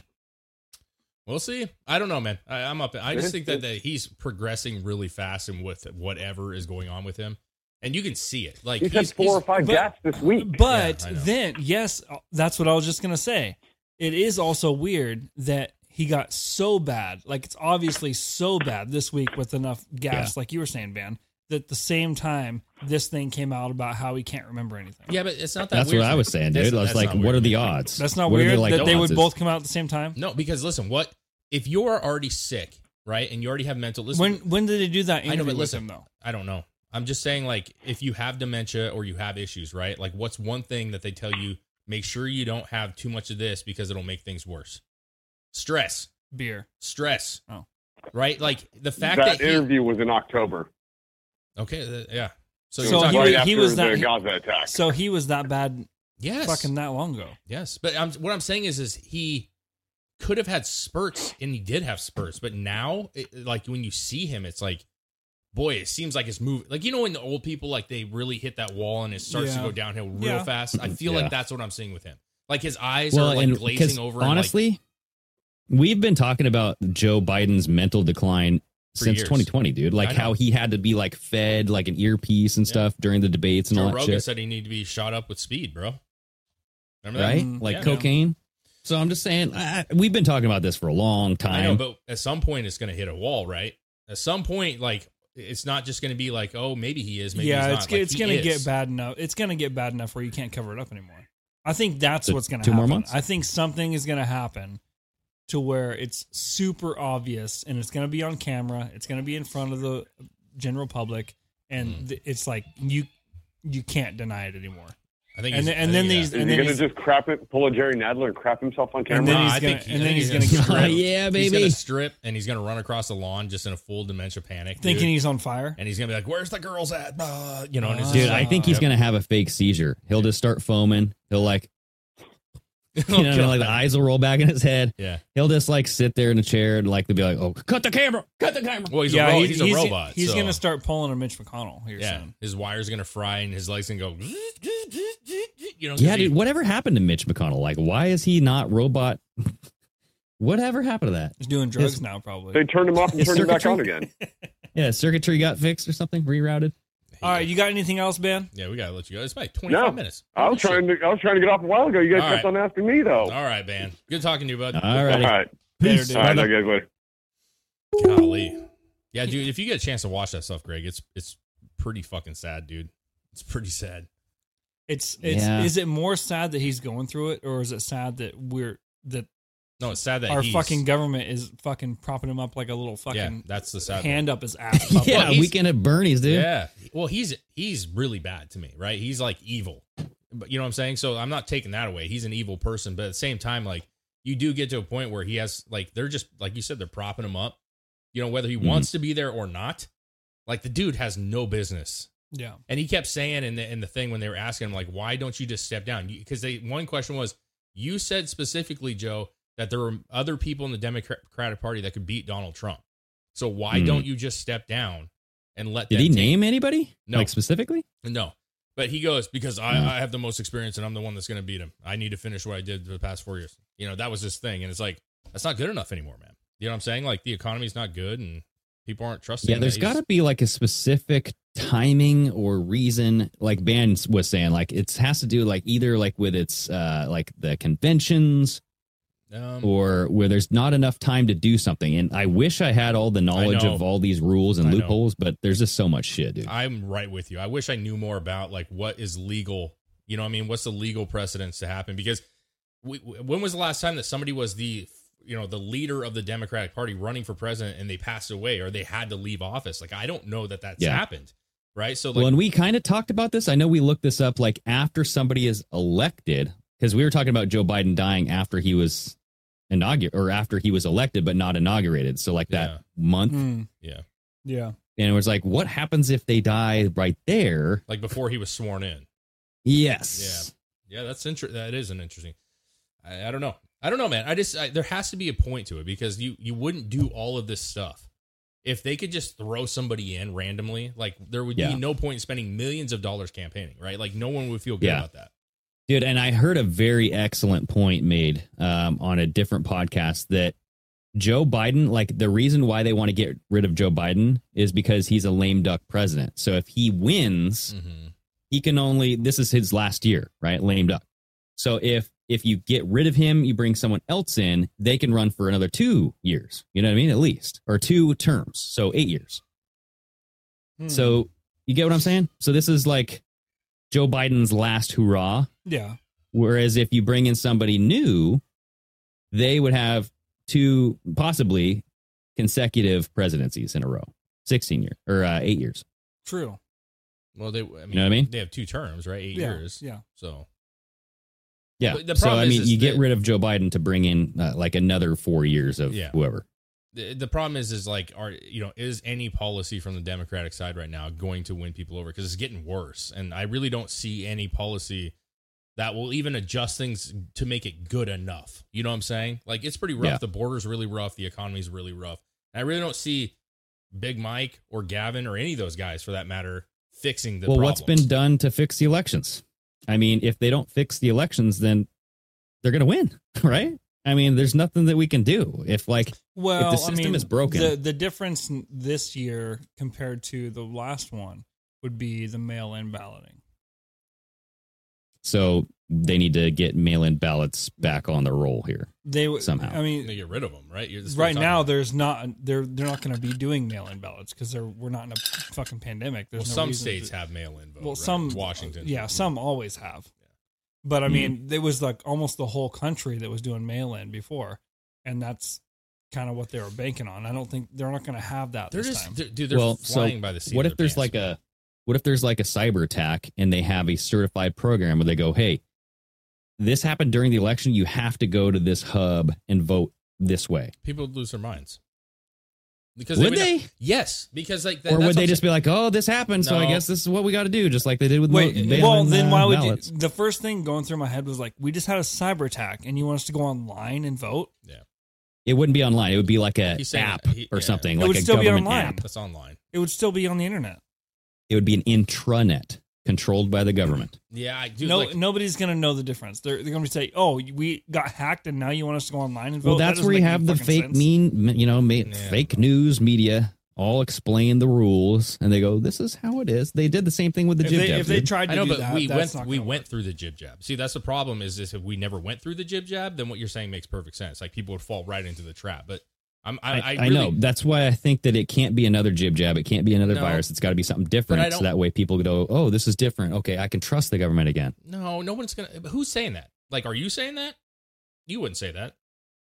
Speaker 5: We'll see. I don't know, man. I, I'm up. I just think that, that he's progressing really fast and with whatever is going on with him, and you can see it. Like
Speaker 8: He's, had four or five
Speaker 4: but-
Speaker 8: deaths this week.
Speaker 4: But
Speaker 5: *laughs* Yeah, I know.
Speaker 4: then, yes, that's what I was just gonna say. It is also weird that he got so bad. Like it's obviously so bad this week with enough gas, like you were saying, Van. That the same time this thing came out about how he can't remember anything.
Speaker 5: Yeah, but it's not
Speaker 3: *laughs*
Speaker 5: that.
Speaker 3: That's
Speaker 5: weird.
Speaker 3: what I was saying,
Speaker 5: That's-
Speaker 3: dude. I was
Speaker 5: that's
Speaker 3: like,
Speaker 5: not
Speaker 3: what
Speaker 5: weird.
Speaker 3: are the odds?
Speaker 4: That's not
Speaker 3: What are
Speaker 4: weird
Speaker 3: their, like,
Speaker 4: that they would
Speaker 3: odds?
Speaker 4: both come out at the same time.
Speaker 5: No, because listen, what if you are already sick, right, and you already have mental? Listen,
Speaker 4: When when did they do that?
Speaker 5: I know,
Speaker 4: Interview
Speaker 5: but
Speaker 4: with
Speaker 5: listen,
Speaker 4: him, though.
Speaker 5: I don't know. I'm just saying, like, if you have dementia or you have issues, right? Like, what's one thing that they tell you? Make sure you don't have too much of this because it'll make things worse. Stress,
Speaker 4: Beer.
Speaker 5: stress.
Speaker 4: Oh.
Speaker 5: right. Like the fact that,
Speaker 8: That
Speaker 5: he-
Speaker 8: interview was in October,
Speaker 5: Okay, th- yeah. So,
Speaker 4: So
Speaker 5: you're
Speaker 4: he
Speaker 5: talking,
Speaker 8: right
Speaker 4: was-
Speaker 8: after
Speaker 4: was
Speaker 8: the
Speaker 4: not- he-
Speaker 8: Gaza attack.
Speaker 4: So he was that bad,
Speaker 5: yes,
Speaker 4: fucking that long ago.
Speaker 5: yes. But I'm, what I'm saying is, is he could have had spurts, and he did have spurts. But now, it, like when you see him, it's like, boy, it seems like it's moving. Like you know, when the old people like they really hit that wall and it starts
Speaker 4: Yeah.
Speaker 5: to go downhill real
Speaker 4: Yeah.
Speaker 5: fast. I feel
Speaker 3: Yeah.
Speaker 5: like that's what I'm seeing with him. Like his eyes are like
Speaker 3: and- 'cause
Speaker 5: glazing over. and, like-
Speaker 3: Honestly, we've been talking about Joe Biden's mental decline
Speaker 5: For
Speaker 3: since
Speaker 5: years.
Speaker 3: 2020, dude. Like
Speaker 5: I know.
Speaker 3: how he had to be like fed like an earpiece and
Speaker 5: Yeah.
Speaker 3: stuff during the debates and all
Speaker 5: Joe
Speaker 3: that
Speaker 5: Rogan
Speaker 3: shit,
Speaker 5: said he needed to be shot up with speed, bro. Remember that?
Speaker 3: right?
Speaker 4: Mm,
Speaker 3: Like
Speaker 5: yeah.
Speaker 3: cocaine. So I'm just saying, I, I- we've been talking about this for a long time.
Speaker 5: I know, but at some point it's going to hit a wall, right? At some point, like it's not just going to be like, oh, maybe he is, maybe
Speaker 4: yeah,
Speaker 5: he's
Speaker 4: it's
Speaker 5: not. Like,
Speaker 4: it's
Speaker 5: he
Speaker 4: gonna
Speaker 5: is.
Speaker 4: get bad enough. It's gonna get bad enough where you can't cover it up anymore. I think that's
Speaker 3: So
Speaker 4: what's going to
Speaker 3: two more
Speaker 4: happen.
Speaker 3: months?
Speaker 4: I think something is going to happen to where it's super obvious and it's going to be on camera. It's going to be in front of the general public, and
Speaker 5: Mm.
Speaker 4: th- it's like you you can't deny it anymore.
Speaker 5: I think,
Speaker 4: And
Speaker 5: he's-
Speaker 4: then-
Speaker 5: I
Speaker 4: and
Speaker 5: think
Speaker 4: then
Speaker 5: he-
Speaker 4: these-
Speaker 8: Is
Speaker 4: and
Speaker 8: he
Speaker 4: then
Speaker 8: going to
Speaker 4: he's-
Speaker 8: just crap it, pull a Jerry Nadler and crap himself on camera?
Speaker 4: And then
Speaker 5: Nah,
Speaker 4: he's
Speaker 5: I
Speaker 4: gonna-
Speaker 5: think he-
Speaker 4: and
Speaker 5: I
Speaker 4: then
Speaker 5: think
Speaker 4: he's
Speaker 3: *laughs*
Speaker 5: gonna *laughs*
Speaker 4: gonna
Speaker 5: strip.
Speaker 4: get-
Speaker 3: Yeah,
Speaker 5: He's
Speaker 3: baby.
Speaker 5: gonna strip and he's gonna run across the lawn just in a full dementia panic,
Speaker 4: Thinking
Speaker 5: dude.
Speaker 4: he's Uh, on fire.
Speaker 5: and he's gonna be like, "Where's the girls at?" Bah, you know, and it's
Speaker 3: Dude,
Speaker 5: just
Speaker 3: I
Speaker 5: like-
Speaker 3: think he's
Speaker 5: Yep.
Speaker 3: gonna have a fake seizure. He'll just start foaming. He'll like, you know,
Speaker 5: Oh,
Speaker 3: what I mean?
Speaker 5: *laughs*
Speaker 3: like the
Speaker 5: God.
Speaker 3: eyes will roll back in his head.
Speaker 5: Yeah.
Speaker 3: He'll just like sit there in a chair and like they'll be like, "Oh, cut the camera, cut the camera."
Speaker 5: Well, he's a ro- he's, a robot.
Speaker 4: He's
Speaker 5: so-
Speaker 4: going to start pulling a Mitch McConnell here
Speaker 5: Yeah,
Speaker 4: soon.
Speaker 5: his wires gonna fry and his legs gonna go. *laughs* You know, 'cause
Speaker 3: Yeah,
Speaker 5: he-
Speaker 3: dude. Whatever happened to Mitch McConnell? Like, why is he not robot? *laughs* whatever happened to that?
Speaker 4: He's doing drugs
Speaker 3: His-
Speaker 4: now, probably.
Speaker 8: They turned him off and
Speaker 3: His
Speaker 8: turned him back on
Speaker 3: circuitry?
Speaker 8: again.
Speaker 3: Yeah, circuitry got fixed or something, rerouted.
Speaker 4: All right, you got anything else, Ben?
Speaker 5: Yeah, we gotta let you go. It's probably twenty-five
Speaker 8: No.
Speaker 5: minutes.
Speaker 8: I was trying to I was trying to get off a while ago. You guys
Speaker 5: All
Speaker 8: kept on
Speaker 5: right.
Speaker 8: asking me though.
Speaker 5: All right, man. Good talking to you, bud.
Speaker 3: All
Speaker 8: All
Speaker 3: righty.
Speaker 8: right,
Speaker 4: Better
Speaker 3: Peace.
Speaker 4: do.
Speaker 8: all right, I guys later.
Speaker 5: Golly. Yeah, dude. If you get a chance to watch that stuff, Greg, it's it's pretty fucking sad, dude. It's pretty sad.
Speaker 4: It's it's
Speaker 3: Yeah.
Speaker 4: is it more sad that he's going through it, or is it sad that we're that
Speaker 5: No, it's sad that
Speaker 4: our
Speaker 5: he's-
Speaker 4: fucking government is fucking propping him up like a little fucking
Speaker 5: yeah. That's the sad.
Speaker 4: hand up his
Speaker 3: *laughs*
Speaker 4: ass? puppet?
Speaker 3: yeah,
Speaker 5: Well, he's-
Speaker 3: weekend at Bernie's, dude.
Speaker 5: Yeah. Well, he's he's really bad to me, right? He's like evil. But you know what I'm saying? So I'm not taking that away. He's an evil person, but at the same time like you do get to a point where he has like they're just like you said they're propping him up. You know whether he wants to be there or not. Like the dude has no business.
Speaker 4: yeah.
Speaker 5: And he kept saying in the in the thing when they were asking him like why don't you just step down? Because they one question was you said specifically Joe that there were other people in the Democratic Party that could beat Donald Trump. So why
Speaker 3: Mhm.
Speaker 5: don't you just step down and let
Speaker 3: Did
Speaker 5: them
Speaker 3: he
Speaker 5: take
Speaker 3: name anybody?
Speaker 5: No.
Speaker 3: Like specifically?
Speaker 5: no. But he goes, because I,
Speaker 3: No.
Speaker 5: I have the most experience and I'm the one that's going to beat him. I need to finish what I did the past four years. You know, that was his thing. And it's like, that's not good enough anymore, man. You know what I'm saying? Like, the economy's not good and people aren't trusting.
Speaker 3: Yeah, there's
Speaker 5: that
Speaker 3: got
Speaker 5: he's-
Speaker 3: to be like a specific timing or reason. Like Ben was saying, like it has to do like either like with its uh like the conventions
Speaker 5: Um,
Speaker 3: or where there's not enough time to do something. And I wish I had all the knowledge
Speaker 5: know.
Speaker 3: of all these rules
Speaker 5: I
Speaker 3: and
Speaker 5: know.
Speaker 3: loopholes, but there's just so much shit, dude.
Speaker 5: I'm right with you. I wish I knew more about like what is legal. You know, what I mean, what's the legal precedence to happen? Because we, we- when was the last time that somebody was the you know the leader of the Democratic Party running for president and they passed away or they had to leave office? Like I don't know that that's
Speaker 3: Yeah.
Speaker 5: happened, right? So like,
Speaker 3: well, and we kind of talked about this. I know we looked this up like after somebody is elected because we were talking about Joe Biden dying after he was inaugurated or after he was elected but not inaugurated. So like that
Speaker 5: Yeah.
Speaker 3: month
Speaker 4: Mm.
Speaker 5: Yeah.
Speaker 4: Yeah.
Speaker 3: and it was like what happens if they die right there?
Speaker 5: like before he was sworn in.
Speaker 3: Yes.
Speaker 5: Yeah, that's inter- that is an interesting. I, I don't know. I don't know, man. I just I, there has to be a point to it because you you wouldn't do all of this stuff if they could just throw somebody in randomly. Like there would
Speaker 3: Yeah.
Speaker 5: be no point in spending millions of dollars campaigning, right? Like no one would feel good
Speaker 3: Yeah.
Speaker 5: about that.
Speaker 3: Dude, and I heard a very excellent point made um, on a different podcast that Joe Biden, like the reason why they want to get rid of Joe Biden is because he's a lame duck president. So if he wins,
Speaker 5: Mm. Mm-hmm.
Speaker 3: he can only this is his last year, right? Lame duck. So if if you get rid of him, you bring someone else in, they can run for another two years. You know what I mean? At least or two terms, so eight years.
Speaker 4: Hmm.
Speaker 3: So you get what I'm saying? So this is like Joe Biden's last hurrah.
Speaker 4: yeah.
Speaker 3: Whereas if you bring in somebody new, they would have two possibly consecutive presidencies in a row, sixteen year or uh, eight years.
Speaker 4: True.
Speaker 5: Well, they I mean,
Speaker 3: know what I mean?
Speaker 5: They have two terms, right? Eight
Speaker 4: yeah.
Speaker 5: years.
Speaker 4: Yeah.
Speaker 5: So
Speaker 3: Yeah.
Speaker 5: But the
Speaker 3: so
Speaker 5: problem
Speaker 3: I
Speaker 5: is-
Speaker 3: mean,
Speaker 5: is
Speaker 3: you get
Speaker 5: that-
Speaker 3: rid of Joe Biden to bring in uh, like another four years of
Speaker 5: Yeah.
Speaker 3: whoever.
Speaker 5: the, the problem is is like are you know is any policy from the democratic side right now going to win people over because it's getting worse and i really don't see any policy that will even adjust things to make it good enough you know what i'm saying like it's pretty rough
Speaker 3: Yeah.
Speaker 5: the border's really rough the economy's really rough and i really don't see big mike or gavin or any of those guys for that matter fixing the
Speaker 3: well,
Speaker 5: problem.
Speaker 3: what's been done to fix the elections? I mean, if they don't fix the elections, then they're going to win, *laughs* right? I mean, there's nothing that we can do if like
Speaker 4: Well,
Speaker 3: system
Speaker 4: I mean,
Speaker 3: is broken-
Speaker 4: the the difference n- this year compared to the last one would be the mail-in balloting.
Speaker 3: so they need to get mail-in ballots back on the roll here.
Speaker 4: They w-
Speaker 3: Somehow.
Speaker 4: I mean,
Speaker 5: they get rid of them right You're- this is what I'm
Speaker 4: right
Speaker 5: talking
Speaker 4: now
Speaker 5: about.
Speaker 4: there's not they're they're not going to be doing mail-in ballots because they're we're not in a fucking pandemic. There's
Speaker 5: well,
Speaker 4: no
Speaker 5: some
Speaker 4: reason
Speaker 5: states
Speaker 4: to-
Speaker 5: have mail-in vote
Speaker 4: Well,
Speaker 5: right?
Speaker 4: some
Speaker 5: washington Mm-hmm.
Speaker 4: yeah, some always have. But I mean, it was like almost the whole country that was doing mail in before, and that's kind of what they were banking on. I don't think they're not going to have that
Speaker 5: They're
Speaker 4: this
Speaker 5: just
Speaker 4: time.
Speaker 5: they're- dude. They're flying by the seat.
Speaker 3: What
Speaker 5: of
Speaker 3: if
Speaker 5: their
Speaker 3: there's
Speaker 5: pants.
Speaker 3: like a what if there's like a cyber attack and they have a certified program where they go, hey, this happened during the election. You have to go to this hub and vote this way.
Speaker 5: people would lose their minds because
Speaker 3: Would
Speaker 5: not-
Speaker 3: they?
Speaker 5: yes, because like that,
Speaker 3: or
Speaker 5: that's
Speaker 3: would
Speaker 5: what
Speaker 3: they
Speaker 5: I'm
Speaker 3: just
Speaker 5: saying.
Speaker 3: be like, oh, this happened, so I
Speaker 5: No.
Speaker 3: guess this is what we got to do, just like they did with
Speaker 4: Wait,
Speaker 3: mail-
Speaker 4: well,
Speaker 3: mail-in,
Speaker 4: then
Speaker 3: uh,
Speaker 4: why would
Speaker 3: ballots.
Speaker 4: you? The first thing going through my head was like, we just had a cyber attack, and you want us to go online and vote?
Speaker 3: It wouldn't be online. It would be like a
Speaker 5: He's saying
Speaker 3: app
Speaker 5: that he-
Speaker 3: or
Speaker 5: yeah.
Speaker 3: something.
Speaker 4: It
Speaker 3: like
Speaker 4: would
Speaker 3: a
Speaker 4: still be
Speaker 3: government
Speaker 4: online.
Speaker 3: app.
Speaker 5: that's online?
Speaker 4: It would still be on the internet.
Speaker 3: It would be an intranet controlled by the government.
Speaker 5: Yeah, I do.
Speaker 4: no,
Speaker 5: like,
Speaker 4: nobody's going to know the difference. They're, they're going to say, "Oh, we got hacked, and now you want us to go online and vote."
Speaker 3: well,
Speaker 4: That
Speaker 3: that's
Speaker 4: doesn't
Speaker 3: where you
Speaker 4: make any
Speaker 3: have the
Speaker 4: fucking
Speaker 3: fake
Speaker 4: sense.
Speaker 3: mean, you know, ma-
Speaker 5: Yeah.
Speaker 3: fake news media all explain the rules, and they go, "This is how it is." They did the same thing with the
Speaker 4: If
Speaker 3: jib
Speaker 4: they,
Speaker 3: jab,
Speaker 4: if they
Speaker 3: dude.
Speaker 4: tried to
Speaker 5: I know,
Speaker 4: do
Speaker 5: but
Speaker 4: that,
Speaker 5: we
Speaker 4: that's
Speaker 5: went
Speaker 4: not
Speaker 5: we
Speaker 4: gonna
Speaker 5: went
Speaker 4: work.
Speaker 5: through the jib jab. See, that's the problem. Is this if we never went through the jib jab, then what you're saying makes perfect sense. Like people would fall right into the trap. But I'm I, I,
Speaker 3: I, I
Speaker 5: really,
Speaker 3: know that's why I think that it can't be another jib jab. It can't be another
Speaker 5: No.
Speaker 3: virus. It's got to be something
Speaker 5: But I
Speaker 3: different, so
Speaker 5: don't-
Speaker 3: that way people go, "Oh, this is different." Okay, I can trust the government again.
Speaker 5: No, no one's gonna. but Who's saying that? Like, are you saying that? You wouldn't say that.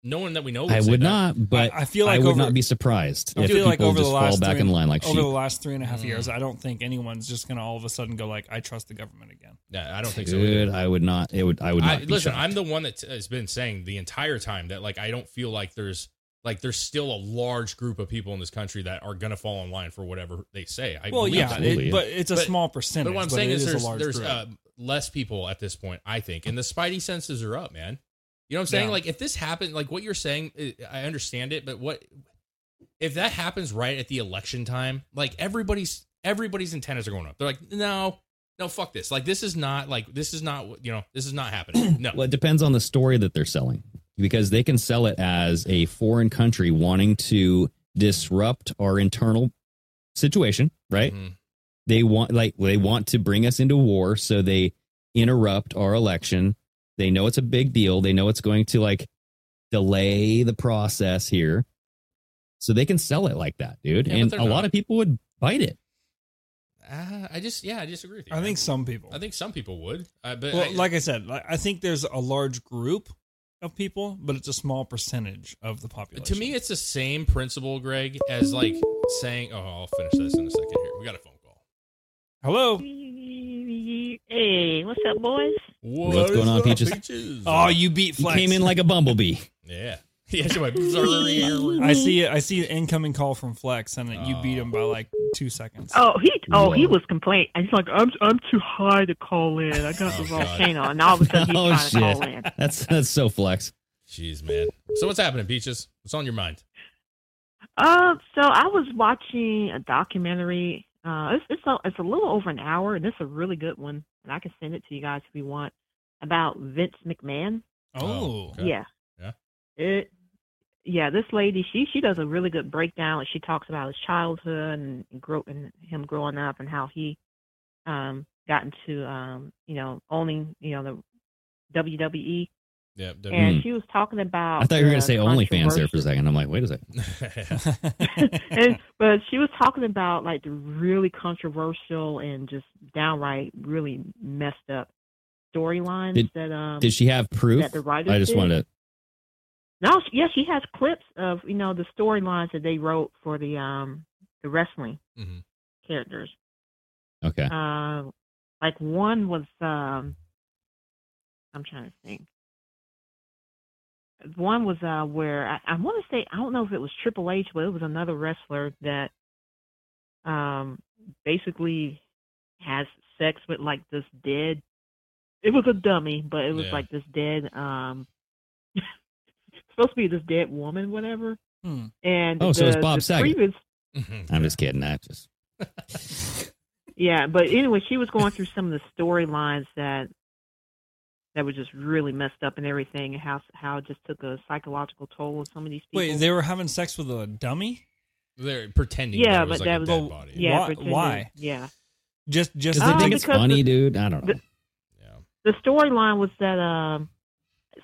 Speaker 5: No one that we know. Would
Speaker 3: I
Speaker 5: say
Speaker 3: would
Speaker 5: that.
Speaker 3: not, but
Speaker 4: I- I feel like
Speaker 3: would
Speaker 4: over-
Speaker 3: not be surprised
Speaker 4: I
Speaker 3: if
Speaker 4: feel
Speaker 3: people
Speaker 4: like over the
Speaker 3: just fall
Speaker 4: last
Speaker 3: back
Speaker 4: three,
Speaker 3: in line like
Speaker 4: over
Speaker 3: sheep.
Speaker 4: the last three and a half
Speaker 5: Mm.
Speaker 4: years, I don't think anyone's just going to all of a sudden go like, "I trust the government again."
Speaker 5: Yeah, I don't think so.
Speaker 3: Dude, I would not. It would. I would not.
Speaker 5: I,
Speaker 3: be
Speaker 5: listen,
Speaker 3: shocked.
Speaker 5: I'm the one that has been saying the entire time that like I don't feel like there's like there's still a large group of people in this country that are gonna fall in line for whatever they say. I,
Speaker 4: Well,
Speaker 5: we-
Speaker 4: yeah,
Speaker 3: absolutely.
Speaker 4: it, but it's a
Speaker 5: But-
Speaker 4: small percentage.
Speaker 5: But what I'm
Speaker 4: but
Speaker 5: saying
Speaker 4: it
Speaker 5: is,
Speaker 4: a
Speaker 5: there's
Speaker 4: large
Speaker 5: there's
Speaker 4: group.
Speaker 5: uh, less people at this point, I think, and the spidey senses are up, man. You know what I'm saying?
Speaker 4: Yeah.
Speaker 5: Like if this happened, like what you're saying, I- I understand it, but what if that happens right at the election time? Like everybody's everybody's antennas are going up. They're like, no, no, fuck this. Like this is not like this is not what- you know this is not happening.
Speaker 4: *clears throat*
Speaker 5: No,
Speaker 3: Well, it depends on the story that they're selling because they can sell it as a foreign country wanting to disrupt our internal situation, right?
Speaker 5: Mhm.
Speaker 3: They want like they want to bring us into war, so they interrupt our election. They know it's a big deal. They know it's going to like delay the process here. So they can sell it like that, dude.
Speaker 5: Yeah, but
Speaker 3: and a
Speaker 5: they're not.
Speaker 3: lot of people would bite it.
Speaker 5: Uh, I just yeah, I disagree with you.
Speaker 4: I
Speaker 5: man.
Speaker 4: think some people.
Speaker 5: I think some people would, uh, but
Speaker 4: well,
Speaker 5: I-
Speaker 4: like I said, I I think there's a large group of people, but it's a small percentage of the population.
Speaker 5: to me, it's the same principle, Greg, as like saying, "Oh, I'll finish this in a second here." We got a phone call.
Speaker 4: hello.
Speaker 9: Hey, what's up, boys?
Speaker 3: What's going on, Peaches?
Speaker 4: Oh, you beat
Speaker 3: He
Speaker 4: Flex.
Speaker 3: came in like a
Speaker 5: *laughs*
Speaker 3: bumblebee.
Speaker 5: yeah, yeah. she went, "Zerr."
Speaker 4: I
Speaker 9: Mm-hmm.
Speaker 4: see. I see an incoming call from Flex, and you beat him by like two seconds.
Speaker 9: Oh, he oh he was complaining. He's like, I'm I'm too high to call in. I got
Speaker 5: Oh,
Speaker 9: the
Speaker 5: God.
Speaker 9: volcano, and all of a sudden he's
Speaker 3: Oh
Speaker 9: trying to
Speaker 3: shit.
Speaker 9: call in.
Speaker 3: That's that's so flex.
Speaker 5: Jeez, man. So what's happening, Peaches? What's on your mind?
Speaker 9: Uh, so I was watching a documentary. Uh, it's it's a, it's a little over an hour, and it's a really good one, and I can send it to you guys if you want about Vince McMahon.
Speaker 4: Oh.
Speaker 5: Okay.
Speaker 9: Yeah.
Speaker 5: Yeah.
Speaker 9: It. Yeah, this lady, she she does a really good breakdown. Like she talks about his childhood and grow and him growing up and how he um got into um you know owning you know the WWE.
Speaker 5: Yeah. *laughs*
Speaker 9: And
Speaker 3: Mm.
Speaker 9: she was talking about.
Speaker 3: I thought you were going
Speaker 9: the
Speaker 3: to say OnlyFans there
Speaker 9: controversial-
Speaker 3: for a second. I'm like, wait a second.
Speaker 5: W-
Speaker 4: *laughs*
Speaker 9: *laughs* and, but she was talking about like the really controversial and just downright really messed up storylines
Speaker 3: Did-
Speaker 9: that um
Speaker 3: Did she have proof?
Speaker 9: that the writers
Speaker 3: I just
Speaker 9: did.
Speaker 3: wanted
Speaker 9: No, she, yeah, she has clips of you know the storylines that they wrote for the um the wrestling
Speaker 5: Mhm.
Speaker 9: characters.
Speaker 3: to. Okay.
Speaker 9: Uh, like one was um, I'm trying to think. One was uh where I, I want to say I don't know if it was Triple H, but it was another wrestler that um basically has sex with like this dead. It was a dummy, but it was
Speaker 5: Yeah.
Speaker 9: like this dead um *laughs* supposed to be this dead woman, whatever.
Speaker 4: Hmm.
Speaker 9: And
Speaker 3: Oh, so it's
Speaker 9: the-
Speaker 3: Bob
Speaker 9: the
Speaker 3: Saget.
Speaker 9: previous
Speaker 5: Mm-hmm.
Speaker 3: I'm just kidding. I just.
Speaker 9: Yeah, but anyway, she was going through some of the storylines that that were just really messed up and everything, and how how it just took a psychological toll on some of these people.
Speaker 4: Wait, they were having sex with a dummy?
Speaker 5: They're pretending.
Speaker 9: Yeah,
Speaker 5: there was
Speaker 9: but
Speaker 5: like
Speaker 9: that
Speaker 5: a
Speaker 9: was-
Speaker 5: dead body.
Speaker 9: yeah,
Speaker 4: Why-
Speaker 9: pretending-
Speaker 4: why?
Speaker 9: Yeah,
Speaker 4: Just, just
Speaker 3: Because they
Speaker 9: Oh,
Speaker 3: think it's
Speaker 9: because
Speaker 3: funny,
Speaker 9: the-
Speaker 3: dude. I don't know.
Speaker 9: the-
Speaker 5: Yeah.
Speaker 9: the storyline was that um,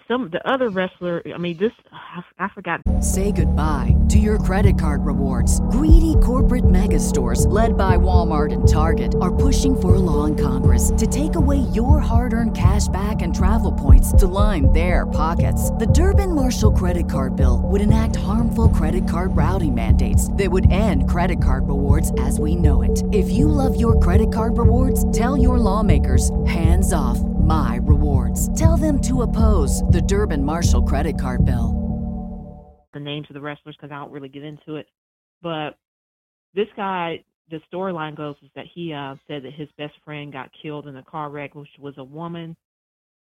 Speaker 9: some the other wrestler i mean this i, I forgot
Speaker 10: Say goodbye to your credit card rewards. Greedy corporate mega stores, led by Walmart and Target, are pushing for a law in Congress to take away your hard earned cash back and travel points to line their pockets. The Durbin Marshall credit card bill would enact harmful credit card routing mandates that would end credit card rewards as we know it. If you love your credit card rewards, tell your lawmakers hands off my rewards. Tell them to oppose the Durbin Marshall credit card bill.
Speaker 9: the names of the wrestlers because I don't really get into it. But this guy, the storyline goes is that he uh, said that his best friend got killed in a car wreck, which was a woman.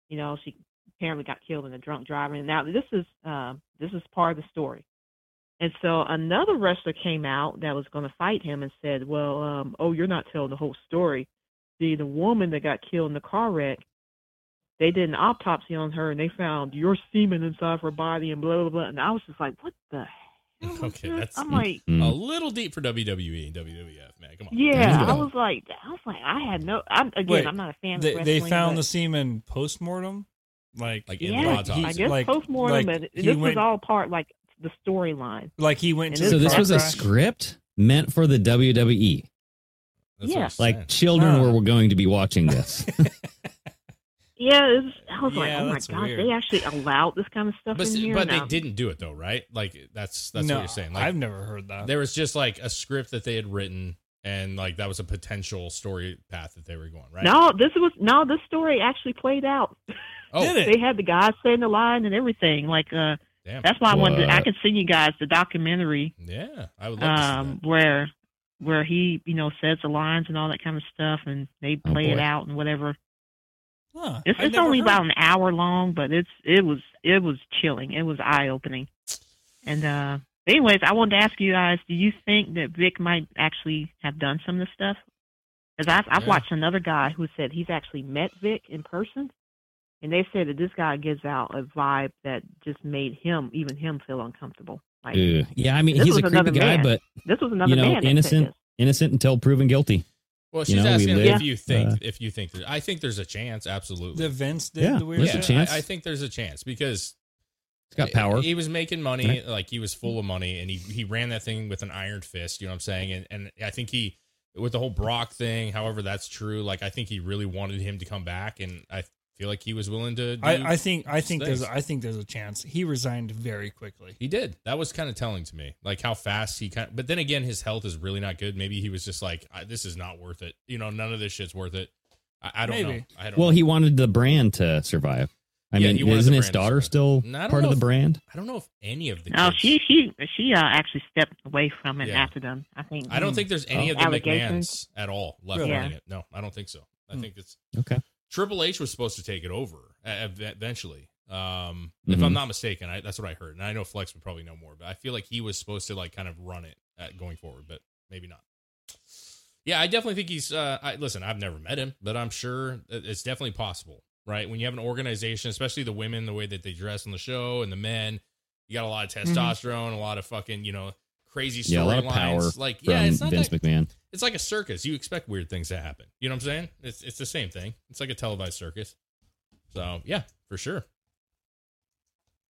Speaker 9: You know, she apparently got killed in a drunk driving. Now this is uh, this is part of the story. And so another wrestler came out that was going to fight him and said, "Well, um, oh, you're not telling the whole story. The the woman that got killed in the car wreck, they did an autopsy on her and they found your semen inside her body and blah blah blah." And I was just like, "What the hell?" was
Speaker 5: *laughs* Okay,
Speaker 9: this?"
Speaker 5: that's-
Speaker 9: I'm like,
Speaker 5: A
Speaker 3: Mm.
Speaker 5: little deep for WWE and WWF, man. Come on.
Speaker 9: yeah,
Speaker 3: Yeah.
Speaker 9: I was like, I was like, I had no. I'm again,
Speaker 4: Wait,
Speaker 9: I'm not a fan
Speaker 4: They,
Speaker 9: of
Speaker 4: they
Speaker 9: wrestling.
Speaker 4: found
Speaker 9: but-
Speaker 4: the semen post mortem, like
Speaker 5: Like in the
Speaker 9: Yeah,
Speaker 5: autopsy.
Speaker 9: I guess
Speaker 4: like-
Speaker 9: postmortem,
Speaker 4: like
Speaker 9: and
Speaker 4: he
Speaker 9: this was
Speaker 4: went-
Speaker 9: all part like the storyline.
Speaker 4: like he went
Speaker 9: And
Speaker 4: to
Speaker 9: it
Speaker 3: So
Speaker 4: the
Speaker 3: this
Speaker 4: car
Speaker 3: was a
Speaker 4: crash.
Speaker 3: script meant for the WWE.
Speaker 5: That's what
Speaker 9: Yeah.
Speaker 5: I'm saying.
Speaker 3: Like children
Speaker 4: Huh.
Speaker 3: were going to be
Speaker 9: *laughs*
Speaker 3: watching this.
Speaker 9: Yeah, it was, I was like,
Speaker 4: Yeah,
Speaker 9: oh my
Speaker 4: that's
Speaker 9: god,
Speaker 4: weird.
Speaker 9: they actually allowed this kind of stuff
Speaker 5: but
Speaker 9: in here.
Speaker 5: but they
Speaker 9: now.
Speaker 5: didn't do it though, right? Like that's that's
Speaker 4: no,
Speaker 5: what you're saying. Like
Speaker 4: I've never heard that.
Speaker 5: there was just like a script that they had written, and like that was a potential story path that they were going right.
Speaker 9: No, this was no. This story actually played out.
Speaker 5: oh,
Speaker 4: Did it?
Speaker 9: They had the guys saying the line and everything. Like, uh,
Speaker 5: damn,
Speaker 9: that's why I wanted. To, I
Speaker 3: What?
Speaker 9: can send you guys the documentary
Speaker 5: yeah, I would love to see
Speaker 9: um,
Speaker 5: that.
Speaker 9: where where he you know says the lines and all that kind of stuff, and they
Speaker 3: Oh,
Speaker 9: play it
Speaker 3: boy.
Speaker 9: out and whatever.
Speaker 4: Huh,
Speaker 9: It's,
Speaker 4: I've
Speaker 9: it's
Speaker 4: never
Speaker 9: only
Speaker 4: heard.
Speaker 9: about an hour long, but it's it was it was chilling. It was eye opening. And uh anyways, I wanted to ask you guys: Do you think that Vic might actually have done some of this stuff? Because I've I've
Speaker 5: Yeah.
Speaker 9: watched another guy who said he's actually met Vic in person, and they said that this guy gives out a vibe that just made him even him feel uncomfortable. Like
Speaker 3: Ugh. yeah, I mean,
Speaker 9: This
Speaker 3: he's
Speaker 9: was
Speaker 3: a creepy
Speaker 9: another
Speaker 3: guy,
Speaker 9: man.
Speaker 3: but
Speaker 9: this was another
Speaker 3: you know,
Speaker 9: man. that said
Speaker 3: innocent.
Speaker 9: this.
Speaker 3: innocent until proven guilty.
Speaker 5: Well,
Speaker 3: you
Speaker 5: she's
Speaker 3: know, we
Speaker 5: asking
Speaker 3: live,
Speaker 5: if you think
Speaker 3: uh,
Speaker 5: if you think there, I think there's a chance. Absolutely,
Speaker 4: the Vince did
Speaker 3: Yeah,
Speaker 4: the weird
Speaker 3: there's a
Speaker 4: shit.
Speaker 3: chance.
Speaker 5: I, I think there's a chance because
Speaker 3: It's got power.
Speaker 5: He was making money,
Speaker 3: Right.
Speaker 5: like he was full of money, and he he ran that thing with an iron fist. You know what I'm saying? And and I think he with the whole Brock thing. However, that's true. Like I think he really wanted him to come back, and I feel like he was willing to. Do,
Speaker 4: I, I think I think there's
Speaker 5: Thanks.
Speaker 4: I think there's a chance he resigned very quickly.
Speaker 5: he did. That was kind of telling to me, like how fast he kind. but then again, his health is really not good. Maybe he was just like, I, this is not worth it. You know, none of this shit's worth it. I, I don't
Speaker 4: Maybe.
Speaker 5: know. I don't
Speaker 3: Well,
Speaker 5: know.
Speaker 3: he wanted the brand to survive. I
Speaker 5: Yeah, he
Speaker 3: mean,
Speaker 5: wanted
Speaker 3: isn't
Speaker 5: the
Speaker 3: his
Speaker 5: brand to
Speaker 3: daughter
Speaker 5: survive.
Speaker 3: still
Speaker 5: And I don't
Speaker 3: part
Speaker 5: know
Speaker 3: of the
Speaker 5: if-
Speaker 3: brand?
Speaker 5: I don't know if any of the.
Speaker 9: No,
Speaker 5: kids-
Speaker 9: Oh, she she she uh, actually stepped away from it
Speaker 5: Yeah.
Speaker 9: after them. I think
Speaker 5: I don't think there's any
Speaker 9: Oh.
Speaker 5: of the McMahons
Speaker 9: Allegations?
Speaker 5: at all left
Speaker 4: Mm. Really?
Speaker 5: running it. No, I don't think so. I
Speaker 4: Hmm.
Speaker 5: think it's
Speaker 3: Okay.
Speaker 5: Triple H was supposed to take it over uh, ev- eventually. Um, If
Speaker 3: Mhm.
Speaker 5: I'm not mistaken, I, that's what I heard, and I know Flex would probably know more, but I feel like he was supposed to like kind of run it uh going forward, but maybe not. Yeah, I definitely think he's. Uh, I, listen, I've never met him, but I'm sure it- it's definitely possible, right? When you have an organization, especially the women, the way that they dress on the show, and the men, you got a lot of
Speaker 4: Mm-hmm.
Speaker 5: testosterone, a lot of fucking, you know, crazy storylines.
Speaker 3: Yeah, a lot of power
Speaker 5: like,
Speaker 3: from
Speaker 5: yeah, it's not
Speaker 3: Vince
Speaker 5: that,
Speaker 3: McMahon.
Speaker 5: it's like a circus. You expect weird things to happen. You know what I'm saying? It's it's the same thing. It's like a televised circus. So yeah, for sure.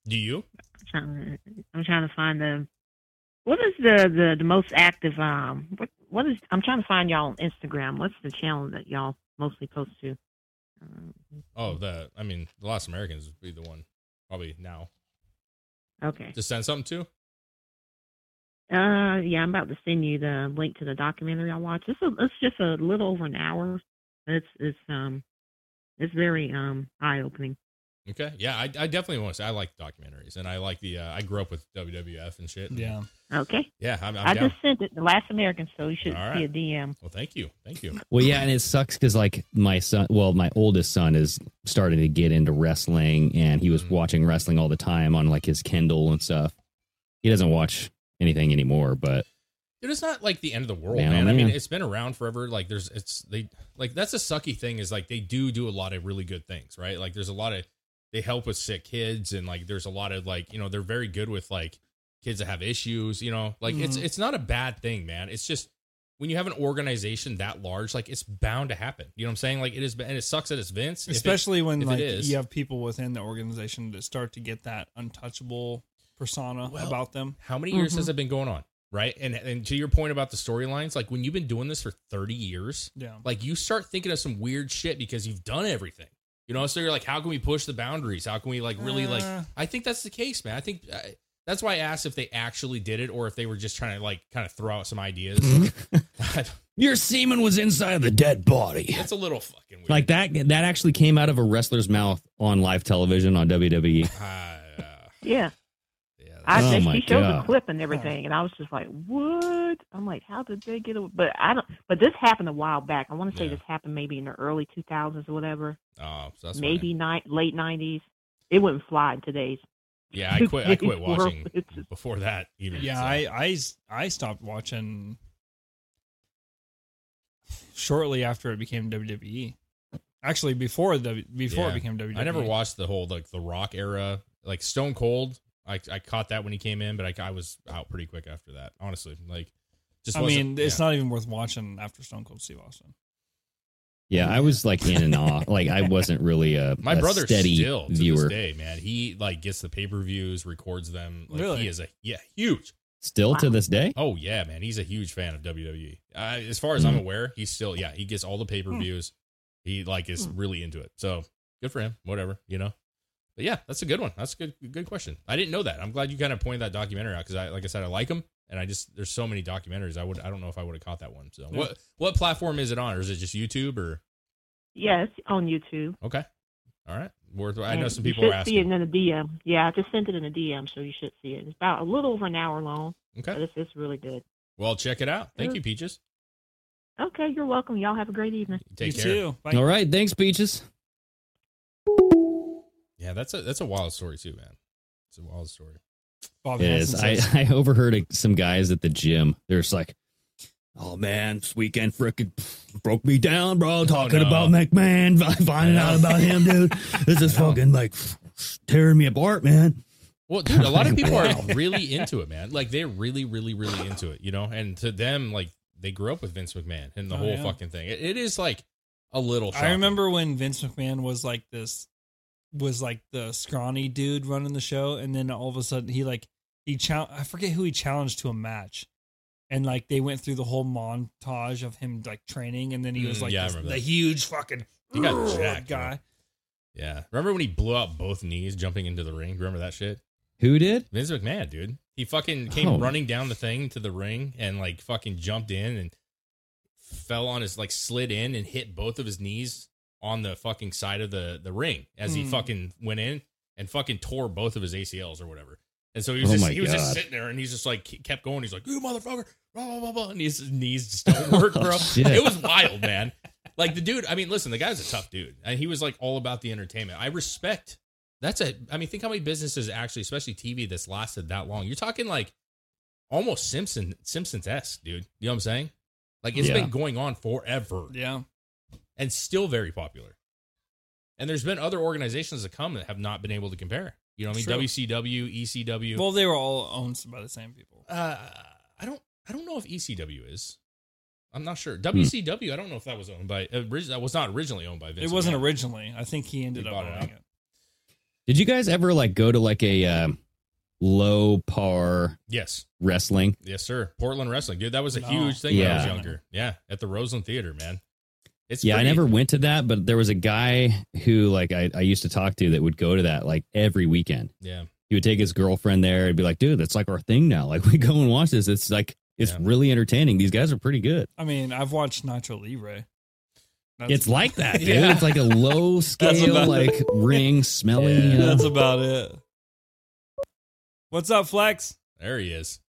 Speaker 5: Do you?
Speaker 9: trying to, I'm trying to find the what is the the, the most active um what what is I'm trying to find y'all on Instagram. What's the channel that y'all mostly post to? Um,
Speaker 5: Oh, the I mean, the Lost Americans would be the one probably now
Speaker 9: okay.
Speaker 5: to send something to.
Speaker 9: Uh yeah, I'm about to send you the link to the documentary I watched. It's a, it's just a little over an hour. It's it's um it's very um eye opening.
Speaker 5: Okay, yeah, I, I definitely want to. Say, I like documentaries, and I like the. Uh, I grew up with WWF and shit.
Speaker 4: Yeah,
Speaker 9: Okay.
Speaker 5: yeah, I'm, I'm
Speaker 9: i
Speaker 5: down.
Speaker 9: just sent it, The Last American, so you should
Speaker 5: All
Speaker 9: see
Speaker 5: right.
Speaker 9: a DM.
Speaker 5: Well, thank you, thank you.
Speaker 3: Well, yeah, and it sucks because like my son, well, my oldest son is starting to get into wrestling, and he was
Speaker 5: Mhm.
Speaker 3: watching wrestling all the time on like his Kindle and stuff. He doesn't watch anything anymore, but
Speaker 5: Dude, it's not like the end of the world,
Speaker 3: Man,
Speaker 5: man.
Speaker 3: oh,
Speaker 5: I mean,
Speaker 3: man.
Speaker 5: it's been around forever. Like, there's, it's they like that's a sucky thing is like they do do a lot of really good things, right? Like, there's a lot of they help with sick kids, and like there's a lot of like you know they're very good with like kids that have issues. You know, like it's
Speaker 4: Mhm.
Speaker 5: it's not a bad thing, man. It's just when when you have an organization that large, like it's bound to happen. You know what I'm saying? Like it is, and it sucks that it's Vince, if it-
Speaker 4: especially when
Speaker 5: if it
Speaker 4: like
Speaker 5: is.
Speaker 4: you have people within the organization that start to get that untouchable persona
Speaker 5: Well,
Speaker 4: about them.
Speaker 5: How many years
Speaker 4: Mhm.
Speaker 5: has it been going on? Right. And and to your point about the storylines, like when you've been doing this for 30 years,
Speaker 4: Yeah.
Speaker 5: like you start thinking of some weird shit because you've done everything. You know, so you're like, how can we push the boundaries? How can we like really
Speaker 4: Uh.
Speaker 5: like? I think that's the case, man. I think I, that's why I asked if they actually did it or if they were just trying to like kind of throw out some ideas. *laughs*
Speaker 3: Your semen was inside the dead body.
Speaker 5: that's a little fucking weird.
Speaker 3: Like that that actually came out of a wrestler's mouth on live television on E. WWE.
Speaker 5: Uh,
Speaker 9: Yeah.
Speaker 5: yeah,
Speaker 9: I
Speaker 3: Oh
Speaker 9: think
Speaker 3: my
Speaker 9: she showed the
Speaker 3: God.
Speaker 9: clip and everything, and I was just like, "What?" I'm like, "How did they get away?" But I don't. But this happened a while back. I want to say
Speaker 5: Yeah.
Speaker 9: this happened maybe in the early 2000s or whatever,
Speaker 5: oh, so that's
Speaker 9: maybe ni- late 90s. It wouldn't fly in today's.
Speaker 5: Why. Yeah, I quit. I quit
Speaker 9: world.
Speaker 5: watching
Speaker 9: It's just-
Speaker 5: before that. Even
Speaker 4: Yeah,
Speaker 5: so.
Speaker 4: I, I s- I stopped watching shortly after it became WWE. Actually, before the before
Speaker 5: Yeah.
Speaker 4: it became E. WWE,
Speaker 5: I never watched the whole like the Rock era, like Stone Cold. I I caught that when he came in, but I, I was out pretty quick after that. Honestly, like just
Speaker 4: I
Speaker 5: wasn't-
Speaker 4: mean, it's
Speaker 5: yeah.
Speaker 4: not even worth watching after Stone Cold Steve Austin.
Speaker 3: Yeah, I was like in and off. Like I wasn't really a
Speaker 5: my
Speaker 3: a
Speaker 5: brother
Speaker 3: steady
Speaker 5: still to
Speaker 3: viewer.
Speaker 5: this day, man. He like gets the pay per views, records them. Like,
Speaker 4: Really?
Speaker 5: He is a yeah huge.
Speaker 3: Still to this day,
Speaker 5: Oh yeah, man. He's a huge fan of WWE. Uh, as far
Speaker 9: Hmm.
Speaker 5: as I'm aware, he's still yeah. He gets all the pay per views. He like is
Speaker 9: Hmm.
Speaker 5: really into it. So good for him. Whatever you know. But yeah, that's a good one. That's a good good question. I didn't know that. I'm glad you kind of pointed that documentary out because I like I said I like them and I just there's so many documentaries. I would I don't know if I would have caught that one. So what what platform is it on? Or is it just YouTube or
Speaker 9: Yes, on YouTube.
Speaker 5: okay? All right, worth. I know
Speaker 9: And
Speaker 5: some
Speaker 9: you
Speaker 5: people are
Speaker 9: should see it
Speaker 5: asking.
Speaker 9: in a DM. Yeah, I just sent it in a DM, so you should see it. It's about a little over an hour long, but
Speaker 5: Okay,
Speaker 9: it's, it's really good.
Speaker 5: well check it out. Thank you, Peaches.
Speaker 9: Okay, you're welcome. Y'all have a great evening.
Speaker 5: Take
Speaker 4: you
Speaker 5: care.
Speaker 4: too. Bye.
Speaker 3: all right. Thanks, Peaches.
Speaker 5: Yeah, that's a that's a wild story too, man. It's a wild story.
Speaker 4: Bob
Speaker 3: It is.
Speaker 4: Hanson
Speaker 3: I, *laughs*
Speaker 4: says-
Speaker 3: I overheard a- some guys at the gym. They're just like, "Oh man, this weekend frickin' broke me down, bro. Talking
Speaker 5: no.
Speaker 3: about McMahon, *laughs* fi- finding out about him, dude. This *laughs* is fucking like tearing me apart, man."
Speaker 5: Well, dude, a lot of people are
Speaker 3: Wow.
Speaker 5: really into it, man. Like they're really, really, really into it, you know. And to them, like they grew up with Vince McMahon and the
Speaker 4: Oh,
Speaker 5: whole
Speaker 4: yeah.
Speaker 5: fucking thing. It, it is like a little. Shocking.
Speaker 4: I remember when Vince McMahon was like this, was like the scrawny dude running the show, and then all of a sudden he like he chal- I forget who he challenged to a match, and like they went through the whole montage of him like training, and then he was
Speaker 5: Mm,
Speaker 4: like
Speaker 5: yeah, I
Speaker 4: this-
Speaker 5: remember
Speaker 4: the
Speaker 5: that.
Speaker 4: huge fucking *clears throat*
Speaker 5: He got jacked,
Speaker 4: guy.
Speaker 5: man. Yeah, remember when he blew out both knees jumping into the ring? Remember that shit?
Speaker 3: Who did?
Speaker 5: Vince McMahon, dude. He fucking came
Speaker 3: Oh.
Speaker 5: running down the thing to the ring and like fucking jumped in and fell on his like slid in and hit both of his knees on the fucking side of the the ring as he
Speaker 4: Hmm.
Speaker 5: fucking went in and fucking tore both of his ACLs or whatever. And so he was
Speaker 3: Oh
Speaker 5: just
Speaker 3: my
Speaker 5: he was just
Speaker 3: God.
Speaker 5: sitting there and he's just like ke- kept going. He's like, "You motherfucker!" Blah blah blah blah. And his knees
Speaker 3: *laughs*
Speaker 5: just don't work, bro.
Speaker 3: Oh, shit.
Speaker 5: it was wild, man. Like the dude. I mean, listen, the guy's a tough dude, and he was like all about the entertainment. I respect that's a i mean think how many businesses actually especially tv that's lasted that long you're talking like almost simpson simpsons-esque dude you know what i'm saying like it's
Speaker 3: Yeah.
Speaker 5: been going on forever
Speaker 4: Yeah,
Speaker 5: and still very popular and there's been other organizations that come that have not been able to compare you know what i
Speaker 4: True.
Speaker 5: mean wcw ecw
Speaker 4: well they were all owned by the same people.
Speaker 5: E uh, i don't i don't know if ecw is i'm not
Speaker 4: Hmm.
Speaker 5: sure wcw i don't know if that was owned by orig- that was not originally owned by Vince
Speaker 4: It wasn't
Speaker 5: McMahon.
Speaker 4: originally. I think he ended
Speaker 5: He
Speaker 4: up
Speaker 5: bought it
Speaker 4: owning
Speaker 5: out.
Speaker 4: it.
Speaker 3: Did you guys ever like go to like a um, low par
Speaker 5: yes
Speaker 3: wrestling?
Speaker 5: Yes, sir. Portland wrestling, dude. That was a
Speaker 4: No.
Speaker 5: huge thing when I was
Speaker 3: Yeah.
Speaker 5: younger. Yeah, at the Roseland Theater, man. It's
Speaker 3: yeah,
Speaker 5: pretty-
Speaker 3: I never went to that, but there was a guy who like I, I used to talk to that would go to that like every weekend.
Speaker 5: Yeah,
Speaker 3: he would take his girlfriend there and be like, dude, that's like our thing now. Like *laughs* we go and watch this. It's like it's
Speaker 5: Yeah.
Speaker 3: really entertaining. These guys are pretty good.
Speaker 4: I mean, I've watched Nacho Libre. That's,
Speaker 3: It's like
Speaker 4: *laughs*
Speaker 3: that, *laughs* dude.
Speaker 4: Yeah.
Speaker 3: It's like a *laughs* low scale, *laughs*
Speaker 4: about-
Speaker 3: like ring smelly.
Speaker 5: Yeah.
Speaker 3: you know?
Speaker 4: that's about it. What's up, Flex?
Speaker 5: there he is.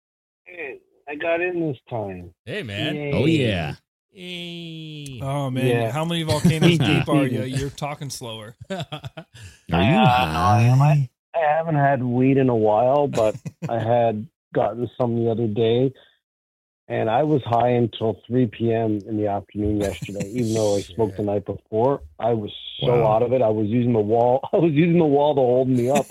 Speaker 2: I got in this time.
Speaker 5: Hey, man.
Speaker 3: oh yeah,
Speaker 5: Hey.
Speaker 4: Oh man,
Speaker 2: Yeah.
Speaker 4: how
Speaker 2: *laughs*
Speaker 4: many volcanoes deep are you? You're talking slower.
Speaker 2: Uh,
Speaker 3: are you
Speaker 2: Yeah, I am.
Speaker 3: high?
Speaker 2: I haven't had weed in a while,
Speaker 3: *laughs*
Speaker 2: but I had gotten some the other day, and I was high until 3 p.m. in the afternoon yesterday. Even though I smoked the night before, I was so
Speaker 3: Wow.
Speaker 2: out of it. I was using the wall. *laughs* I was using the wall to hold me up,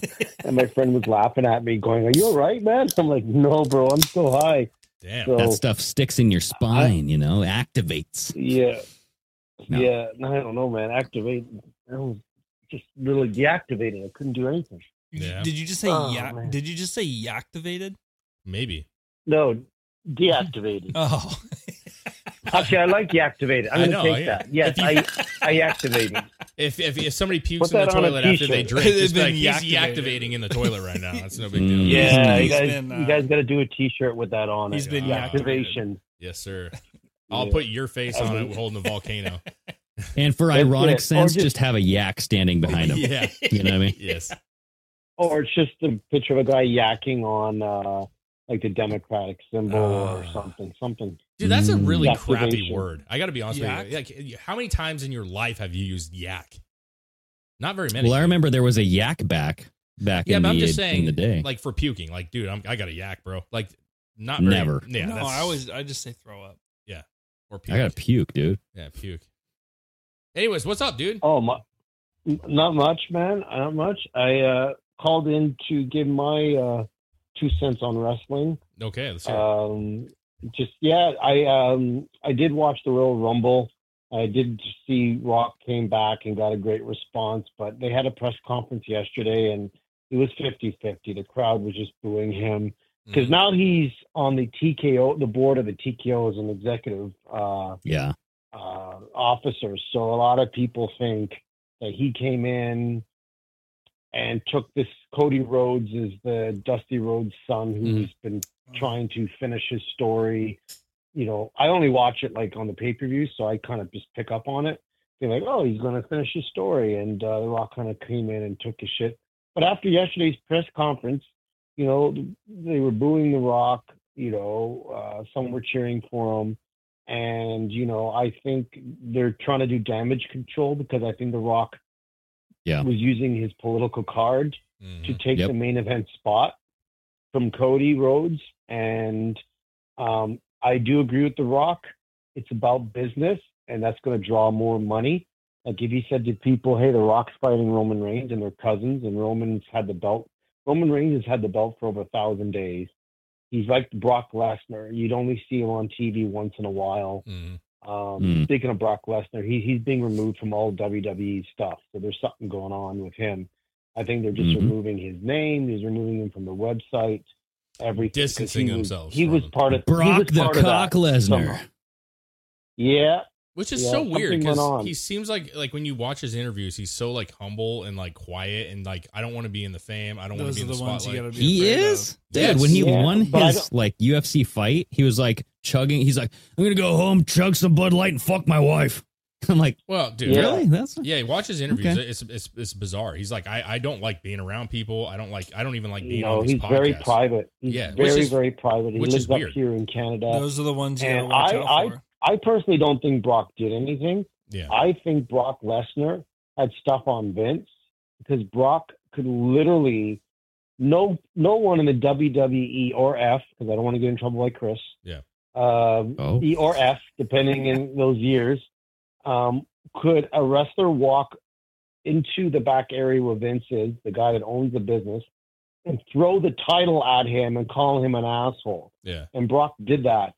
Speaker 2: and my friend was laughing at me, going, "Are you all right, man?" I'm like, "No, bro. I'm so high."
Speaker 5: *laughs* Damn.
Speaker 2: So-
Speaker 3: that stuff sticks in your spine, you know, activates.
Speaker 2: Yeah.
Speaker 3: No.
Speaker 2: Yeah. No, I don't know, man. Activate. I was just really deactivating. I couldn't do anything.
Speaker 5: Yeah.
Speaker 4: Did you just say
Speaker 2: Oh,
Speaker 4: ya-
Speaker 2: man.
Speaker 4: Did you just say activated?
Speaker 5: Maybe.
Speaker 2: No,
Speaker 4: *laughs*
Speaker 2: deactivated.
Speaker 4: Oh,
Speaker 2: Actually, I like deactivated.
Speaker 5: I
Speaker 2: I'm
Speaker 5: know,
Speaker 2: going to take
Speaker 5: yeah.
Speaker 2: that. Yes, I, I activated.
Speaker 5: If if, if somebody pukes
Speaker 2: Put
Speaker 5: in the
Speaker 2: that on a
Speaker 5: toilet after they
Speaker 2: t-shirt. *laughs*
Speaker 5: drink, just be
Speaker 4: They've been
Speaker 5: like, he's
Speaker 4: yaktivated."
Speaker 5: activating in the toilet right now. That's no big
Speaker 3: Mm.
Speaker 4: *laughs*
Speaker 5: deal.
Speaker 2: Yeah, you
Speaker 4: *laughs* He's
Speaker 2: guys,
Speaker 4: been, uh,
Speaker 2: you guys got to do a T-shirt with that on.
Speaker 4: he's
Speaker 2: it.
Speaker 4: been
Speaker 2: activation.
Speaker 5: Yes, sir. I'll
Speaker 2: Yeah.
Speaker 5: put your face on it holding
Speaker 2: *laughs*
Speaker 5: a volcano. *laughs*
Speaker 3: And for
Speaker 2: That's
Speaker 3: ironic
Speaker 2: it. Or
Speaker 3: sense, just,
Speaker 2: just-
Speaker 3: have a yak standing behind *laughs* him.
Speaker 5: yeah.
Speaker 3: You know what I mean?
Speaker 5: Yes.
Speaker 2: Or it's just a picture of a guy yakking on uh, like the Democratic symbol or
Speaker 5: Ah.
Speaker 2: something. Something.
Speaker 5: Dude, that's a
Speaker 3: Mm.
Speaker 5: really crappy
Speaker 2: Activation.
Speaker 5: word. I got to be honest with you. Like, how many times in your life have you used yak? Not very many.
Speaker 3: Well, I remember there was a yak back back
Speaker 5: Yeah,
Speaker 3: in,
Speaker 5: but
Speaker 3: the,
Speaker 5: I'm just saying,
Speaker 3: in the day.
Speaker 5: like for puking, like, dude, I'm, I got a yak, bro. Like, not very,
Speaker 3: Never.
Speaker 5: Yeah,
Speaker 4: no,
Speaker 5: that's-
Speaker 4: I always I just say throw up.
Speaker 5: or puke.
Speaker 3: I got to puke, dude.
Speaker 5: yeah, puke. Anyways, what's up, dude?
Speaker 2: Oh my, n- not much, man. Not much. I uh, called in to give my uh, two cents on wrestling.
Speaker 5: Okay, let's hear. it.
Speaker 2: Um, just yeah, I um, I did watch the Royal Rumble. I did see Rock came back and got a great response, but they had a press conference yesterday and it was 50-50. The crowd was just booing him because
Speaker 4: Mm-hmm.
Speaker 5: Mhm.
Speaker 2: now he's on the TKO, the board of the TKO as an executive uh,
Speaker 3: Yeah.
Speaker 2: uh, officers. So a lot of people think that he came in and took this Cody Rhodes is the Dusty Rhodes son who's been trying to finish his story. You know, I only watch it like on the pay per view, so I kind of just pick up on it. They're like, oh, he's going to finish his story. And uh, The Rock kind of came in and took his shit. But after yesterday's press conference, you know, they were booing The Rock, you know, uh, some were cheering for him and you know i think they're trying to do damage control because i think the rock
Speaker 3: Yeah. Mm-hmm.
Speaker 2: was using his political card
Speaker 5: Mhm.
Speaker 2: to take
Speaker 3: Yep.
Speaker 2: the main event spot from cody rhodes and um, i do agree with the rock it's about business and that's going to draw more money like if he said to people hey the rock's fighting roman reigns and their cousins and roman's had the belt roman reigns has had the belt for over a thousand days he's like brock lesnar you'd only see him on tv once in a while
Speaker 5: Mhm.
Speaker 2: um,
Speaker 3: Hmm.
Speaker 2: Speaking of Brock Lesnar, he, he's being removed from all WWE stuff. So there's something going on with him. I think they're just
Speaker 3: Mhm.
Speaker 5: Mm-hmm.
Speaker 2: removing his name. He's removing him from the website. Everything. 'cause
Speaker 5: Distancing
Speaker 2: he was-
Speaker 5: themselves
Speaker 2: He
Speaker 5: from
Speaker 2: was
Speaker 5: him.
Speaker 2: part of he
Speaker 3: Brock
Speaker 2: was
Speaker 3: the
Speaker 2: part of that
Speaker 3: Cock Lesnar.
Speaker 2: somehow. Yeah,
Speaker 5: Which is
Speaker 2: Yeah,
Speaker 5: so weird
Speaker 2: something went
Speaker 5: because
Speaker 2: on.
Speaker 5: he seems like like when you watch his interviews, he's so like humble and like quiet and like I don't want to be in the fame, I don't want
Speaker 4: Those are
Speaker 5: to be in the,
Speaker 4: the ones you
Speaker 5: spotlight.
Speaker 4: gotta be.
Speaker 3: He
Speaker 4: afraid
Speaker 3: is?
Speaker 4: of.
Speaker 3: Dude,
Speaker 5: Yes.
Speaker 3: when he
Speaker 2: Yeah,
Speaker 3: won
Speaker 2: but I
Speaker 3: his like UFC fight, he was like chugging. He's like, I'm going to go home, chug some Bud Light, and fuck my wife. *laughs* I'm like,
Speaker 5: well, dude,
Speaker 2: Yeah.
Speaker 3: really? That's
Speaker 5: Yeah, he watches interviews.
Speaker 3: Okay.
Speaker 5: It's, it's it's bizarre. He's like, I, I don't like being around people. I don't like. I don't even like being
Speaker 2: you know,
Speaker 5: on this
Speaker 2: he's
Speaker 5: podcast.
Speaker 2: very private. He's
Speaker 5: Yeah, which
Speaker 2: very,
Speaker 5: is-
Speaker 2: very private. He
Speaker 5: which
Speaker 2: lives
Speaker 5: is
Speaker 2: up
Speaker 5: weird.
Speaker 2: here in Canada.
Speaker 4: Those are the ones you gotta
Speaker 2: And
Speaker 4: watch
Speaker 2: I-
Speaker 4: out
Speaker 2: I-
Speaker 4: for.
Speaker 2: I personally don't think Brock did anything.
Speaker 5: Yeah.
Speaker 2: I think Brock Lesnar had stuff on Vince because Brock could literally no no one in the WWE or F because I don't want to get in trouble like Chris.
Speaker 5: Yeah.
Speaker 2: Um,
Speaker 3: Oh.
Speaker 2: E or F, depending in those years, um, could a wrestler walk into the back area where Vince is, the guy that owns the business, and throw the title at him and call him an asshole?
Speaker 5: Yeah.
Speaker 2: And Brock did that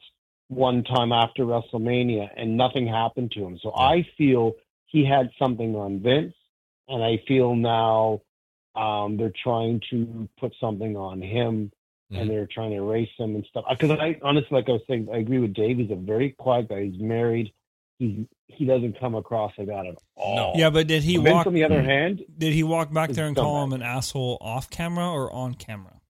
Speaker 2: one time after WrestleMania, and nothing happened to him. So I feel he had something on Vince, and I feel now um, they're trying to put something on him,
Speaker 5: Mhm.
Speaker 3: Mm-hmm.
Speaker 2: and they're trying to erase him and stuff. Because I honestly, like I was saying, I agree with Dave. He's a very quiet guy. He's married. He he doesn't come across like that at all.
Speaker 4: Yeah, but did he
Speaker 2: Vince,
Speaker 4: walk?
Speaker 2: on the
Speaker 3: Mm.
Speaker 2: other hand,
Speaker 4: Did he walk back there and
Speaker 2: Dumbass.
Speaker 4: call him an asshole off camera or on camera?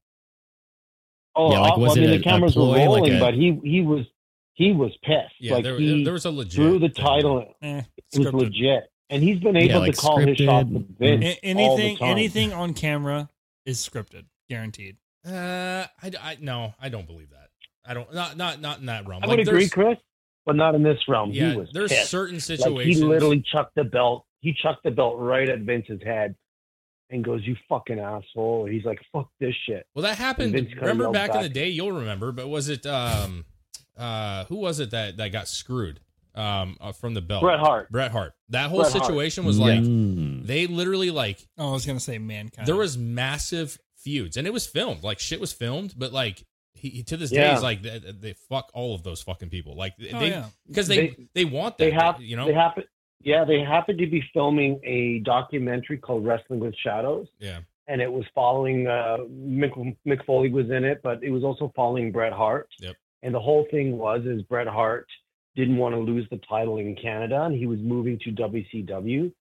Speaker 2: oh,
Speaker 3: Yeah, like,
Speaker 2: I-
Speaker 3: was
Speaker 2: I
Speaker 3: it
Speaker 2: mean,
Speaker 3: a- a
Speaker 2: the cameras were
Speaker 3: ploy, like
Speaker 2: rolling,
Speaker 3: a-
Speaker 2: but he he was he was pissed.
Speaker 5: Yeah.
Speaker 2: like
Speaker 5: there,
Speaker 2: he
Speaker 5: there was a legit
Speaker 2: threw the
Speaker 5: thing.
Speaker 2: title.
Speaker 4: Eh,
Speaker 2: It was
Speaker 4: scripted.
Speaker 2: legit. And he's been
Speaker 3: Yeah,
Speaker 2: able
Speaker 3: like
Speaker 2: to call his
Speaker 3: scripted.
Speaker 2: shots with Vince.
Speaker 4: A-
Speaker 2: all the
Speaker 4: anything,
Speaker 2: time.
Speaker 4: anything on camera is scripted, guaranteed.
Speaker 5: Uh, I, I no, I don't believe that. I don't not not not in that realm.
Speaker 2: I would agree,
Speaker 5: there's-
Speaker 2: Chris, but not in this realm.
Speaker 5: Yeah,
Speaker 2: he was
Speaker 5: there's
Speaker 2: pissed.
Speaker 5: certain
Speaker 2: Like, he
Speaker 5: situations.
Speaker 2: literally chucked the belt. He chucked the belt right at Vince's head and goes, "You fucking asshole!" He's like, "Fuck this shit."
Speaker 5: well, that happened.
Speaker 2: Vince kinda
Speaker 5: Remember
Speaker 2: yelled
Speaker 5: back, in
Speaker 2: back.
Speaker 5: the day, you'll remember. But was it um, uh, who was it that that got screwed um uh, from the
Speaker 3: Oh.
Speaker 5: belt?
Speaker 2: Bret Hart.
Speaker 5: Bret Hart. That whole
Speaker 2: Bret Hart.
Speaker 5: situation was like they literally like
Speaker 4: Oh, I was gonna say mankind.
Speaker 5: there was massive feuds and it was filmed like shit was filmed but like He, he- to this day,
Speaker 8: Yeah.
Speaker 5: he's like they, they fuck all of those fucking people. Like
Speaker 4: Oh,
Speaker 5: they
Speaker 4: yeah.
Speaker 5: because they, they
Speaker 2: They-
Speaker 5: want that.
Speaker 2: They have,
Speaker 5: you know.
Speaker 2: they happen, yeah, they happen to be filming a documentary called Wrestling with Shadows,
Speaker 5: yeah.
Speaker 2: and it was following uh, Mick, Mick Foley was in it, but it was also following Bret Hart.
Speaker 5: Yep.
Speaker 2: And the whole thing was is Bret Hart didn't want to lose the title in Canada, and he was moving to WCW.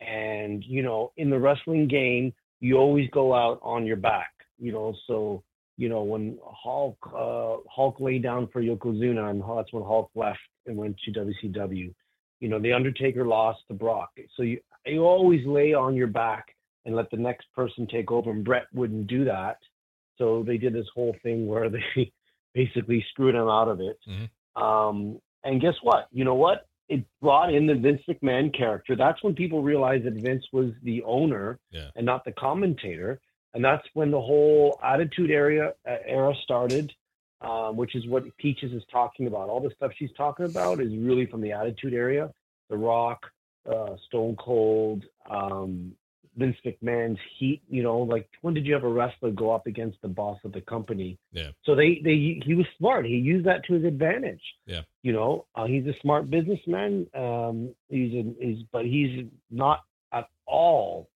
Speaker 2: And you know, in the wrestling game, you always go out on your back. You know, so you know when Hulk uh, Hulk laid down for Yokozuna, and that's when Hulk left and went to WCW. You know, the Undertaker lost to Brock, so you you always lay on your back and let the next person take over. And Brett wouldn't do that. So they did this whole thing where *laughs* they basically screwed him out of it. Um, and guess what? You know what? It brought in the Vince McMahon character. That's when people realized that Vince was the owner
Speaker 5: Yeah.
Speaker 2: and not the commentator. And that's when the whole attitude area uh, era started, um, which is what Peaches is talking about. All the stuff she's talking about is really from the attitude area. The Rock, uh, Stone Cold, um, Vince McMahon's heat. You know, like when did you have a wrestler go up against the boss of the company?
Speaker 5: Yeah.
Speaker 2: So they they he was smart. He used that to his advantage.
Speaker 5: Yeah.
Speaker 2: You know, uh, he's a smart businessman. Um, he's a, he's but he's not at all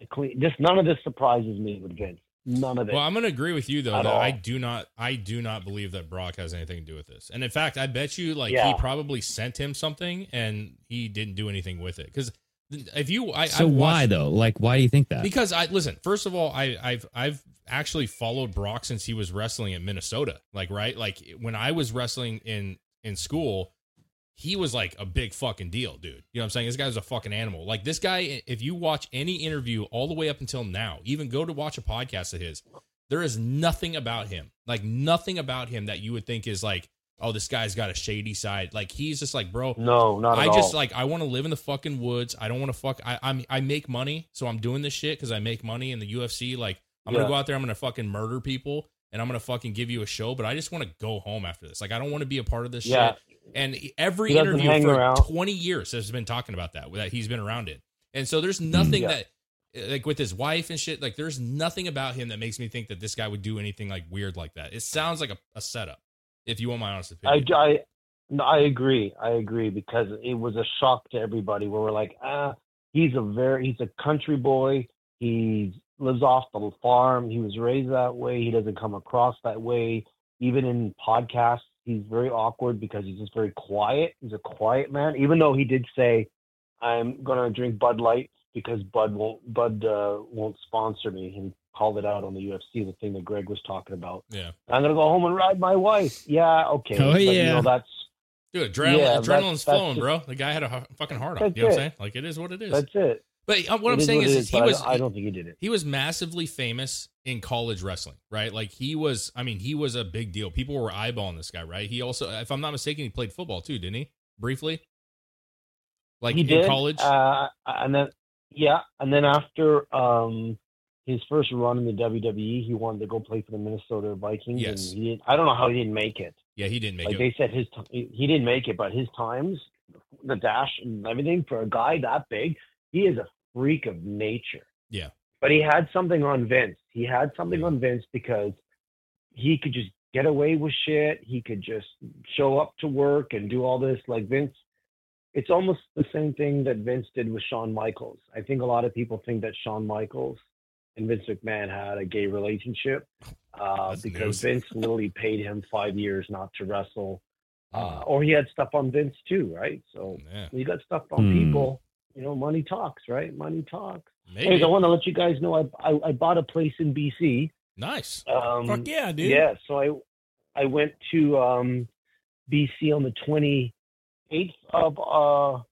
Speaker 2: a clean. Just none of this surprises me with Vince. None of it.
Speaker 5: Well, I'm gonna agree with you though
Speaker 2: At
Speaker 5: that I
Speaker 2: all.
Speaker 5: do not I do not believe that Brock has anything to do with this. And in fact, I bet you like
Speaker 2: Yeah.
Speaker 5: he probably sent him something and he didn't do anything with it because if you I
Speaker 3: so
Speaker 5: I've
Speaker 3: why
Speaker 5: watched-
Speaker 3: though? Like, why do you think that?
Speaker 5: Because I listen. First of all, I, I've I've actually followed Brock since he was wrestling in Minnesota. Like right, like when I was wrestling in in school, he was like a big fucking deal, dude. You know what I'm saying? This guy was a fucking animal. Like this guy, if you watch any interview all the way up until now, even go to watch a podcast of his, there is nothing about him, like nothing about him that you would think is like, oh, this guy's got a shady side. Like he's just like, bro,
Speaker 2: no, not
Speaker 5: I
Speaker 2: at
Speaker 5: just
Speaker 2: all.
Speaker 5: like I want to live in the fucking woods. I don't want to fuck. I, I'm I make money, so I'm doing this shit because I make money in the UFC. Like I'm gonna
Speaker 2: Yeah.
Speaker 5: go out there, I'm gonna fucking murder people, and I'm gonna fucking give you a show. But I just want to go home after this. Like I don't want to be a part of this
Speaker 2: yeah.
Speaker 5: shit. And e, every
Speaker 2: He doesn't
Speaker 5: interview
Speaker 2: hang
Speaker 5: for
Speaker 2: around.
Speaker 5: 20 years has been talking about that that he's been around it. And so there's nothing
Speaker 2: Mm, Yeah.
Speaker 5: that eh, like with his wife and shit. Like there's nothing about him that makes me think that this guy would do anything like weird like that. It sounds like a, a setup. If you want my honest
Speaker 2: I,
Speaker 5: opinion,
Speaker 2: I, no, I agree. I agree because it was a shock to everybody. Where we're like, ah, he's a very he's a country boy. He lives off the farm. He was raised that way. He doesn't come across that way. Even in podcasts, he's very awkward because he's just very quiet. He's a quiet man. Even though he did say, "I'm gonna drink Bud Light because Bud won't Bud uh, won't sponsor me," and called it out on the UFC, the thing that Greg was talking about.
Speaker 5: yeah,
Speaker 2: I'm gonna go home and ride my wife. Yeah, okay.
Speaker 3: Oh,
Speaker 2: But,
Speaker 3: yeah.
Speaker 2: You know, that's
Speaker 5: Dude, adrenaline,
Speaker 2: Yeah, that-
Speaker 5: adrenaline's
Speaker 2: that's
Speaker 5: flowing,
Speaker 2: just-
Speaker 5: bro. The guy had a hu- fucking heart on.
Speaker 2: That's
Speaker 5: You know what I'm
Speaker 2: it.
Speaker 5: saying? Like it is what it is.
Speaker 2: that's it.
Speaker 5: but uh, what
Speaker 2: It
Speaker 5: I'm
Speaker 2: is
Speaker 5: saying
Speaker 2: what
Speaker 5: is,
Speaker 2: it
Speaker 5: is he
Speaker 2: but I-
Speaker 5: was
Speaker 2: I, don't think he did it.
Speaker 5: he was massively famous in college wrestling, right? Like he was. I mean, he was a big deal. People were eyeballing this guy, right? He also, if I'm not mistaken, he played football too, didn't he? Briefly, like
Speaker 2: he
Speaker 5: in
Speaker 2: did
Speaker 5: college.
Speaker 2: uh, and then yeah, and then after um his first run in the WWE, he wanted to go play for the Minnesota Vikings.
Speaker 5: Yes.
Speaker 2: and he didn't, I don't know how he didn't make it.
Speaker 5: yeah, he didn't make
Speaker 2: Like
Speaker 5: it.
Speaker 2: they said, his t- he didn't make it, but his times, the dash and everything for a guy that big, he is a freak of nature.
Speaker 5: Yeah.
Speaker 2: But he had something on Vince. He had something
Speaker 5: Yeah.
Speaker 2: on Vince because he could just get away with shit. He could just show up to work and do all this. Like Vince, it's almost the same thing that Vince did with Shawn Michaels. I think a lot of people think that Shawn Michaels and Vince McMahon had a gay relationship uh,
Speaker 5: That's news.
Speaker 2: because Vince literally paid him five years not to wrestle. Uh,
Speaker 5: Mm.
Speaker 2: or he had stuff on Vince too, right? So
Speaker 5: yeah,
Speaker 2: you got stuff on
Speaker 3: Hmm.
Speaker 2: people. You know, money talks, right? Money talks.
Speaker 5: maybe.
Speaker 2: Hey, I want to let you guys know I, I I bought a place in BC.
Speaker 5: nice.
Speaker 2: Um,
Speaker 4: Fuck yeah, dude.
Speaker 2: yeah, so I I went to um, BC on the 28th of uh,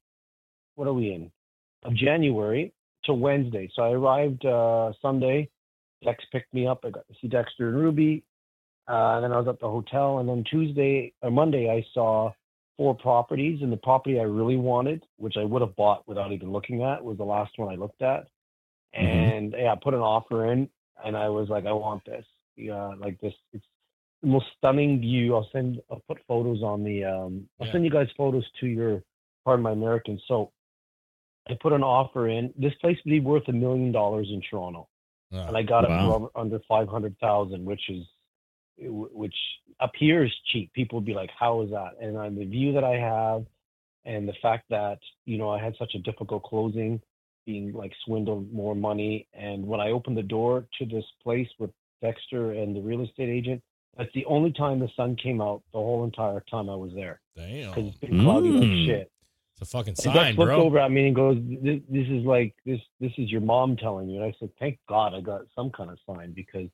Speaker 2: what are we in? Of January to Wednesday. So I arrived uh, Sunday. Dex picked me up. I got to see Dexter and Ruby. Uh, and then I was at the hotel. And then Tuesday or Monday, I saw four properties. And the property I really wanted, which I would have bought without even looking at, was the last one I looked at. And yeah, I put an offer in and I was like, I want this. Yeah, like this. It's the most stunning view. I'll send. I'll put photos on the. Um, I'll
Speaker 5: Yeah.
Speaker 2: send you guys photos to your. Pardon my American. So, I put an offer in. This place would be worth a million dollars in Toronto,
Speaker 5: Uh,
Speaker 2: and I got
Speaker 3: Wow.
Speaker 2: it for over- under five hundred thousand, which is w- which up here is cheap. People would be like, "How is that?" And on the view that I have, and the fact that you know I had such a difficult closing, being like swindled more money, and when I opened the door to this place with Dexter and the real estate agent, that's the only time the sun came out the whole entire time I was there
Speaker 5: Damn.
Speaker 2: because it's been cloudy
Speaker 3: Mm.
Speaker 2: like shit.
Speaker 5: It's a fucking
Speaker 2: And Gus
Speaker 5: sign,
Speaker 2: looked
Speaker 5: bro.
Speaker 2: over at me and goes, this, "This is like this. This is your mom telling you." And I said, "Thank God I got some kind of sign because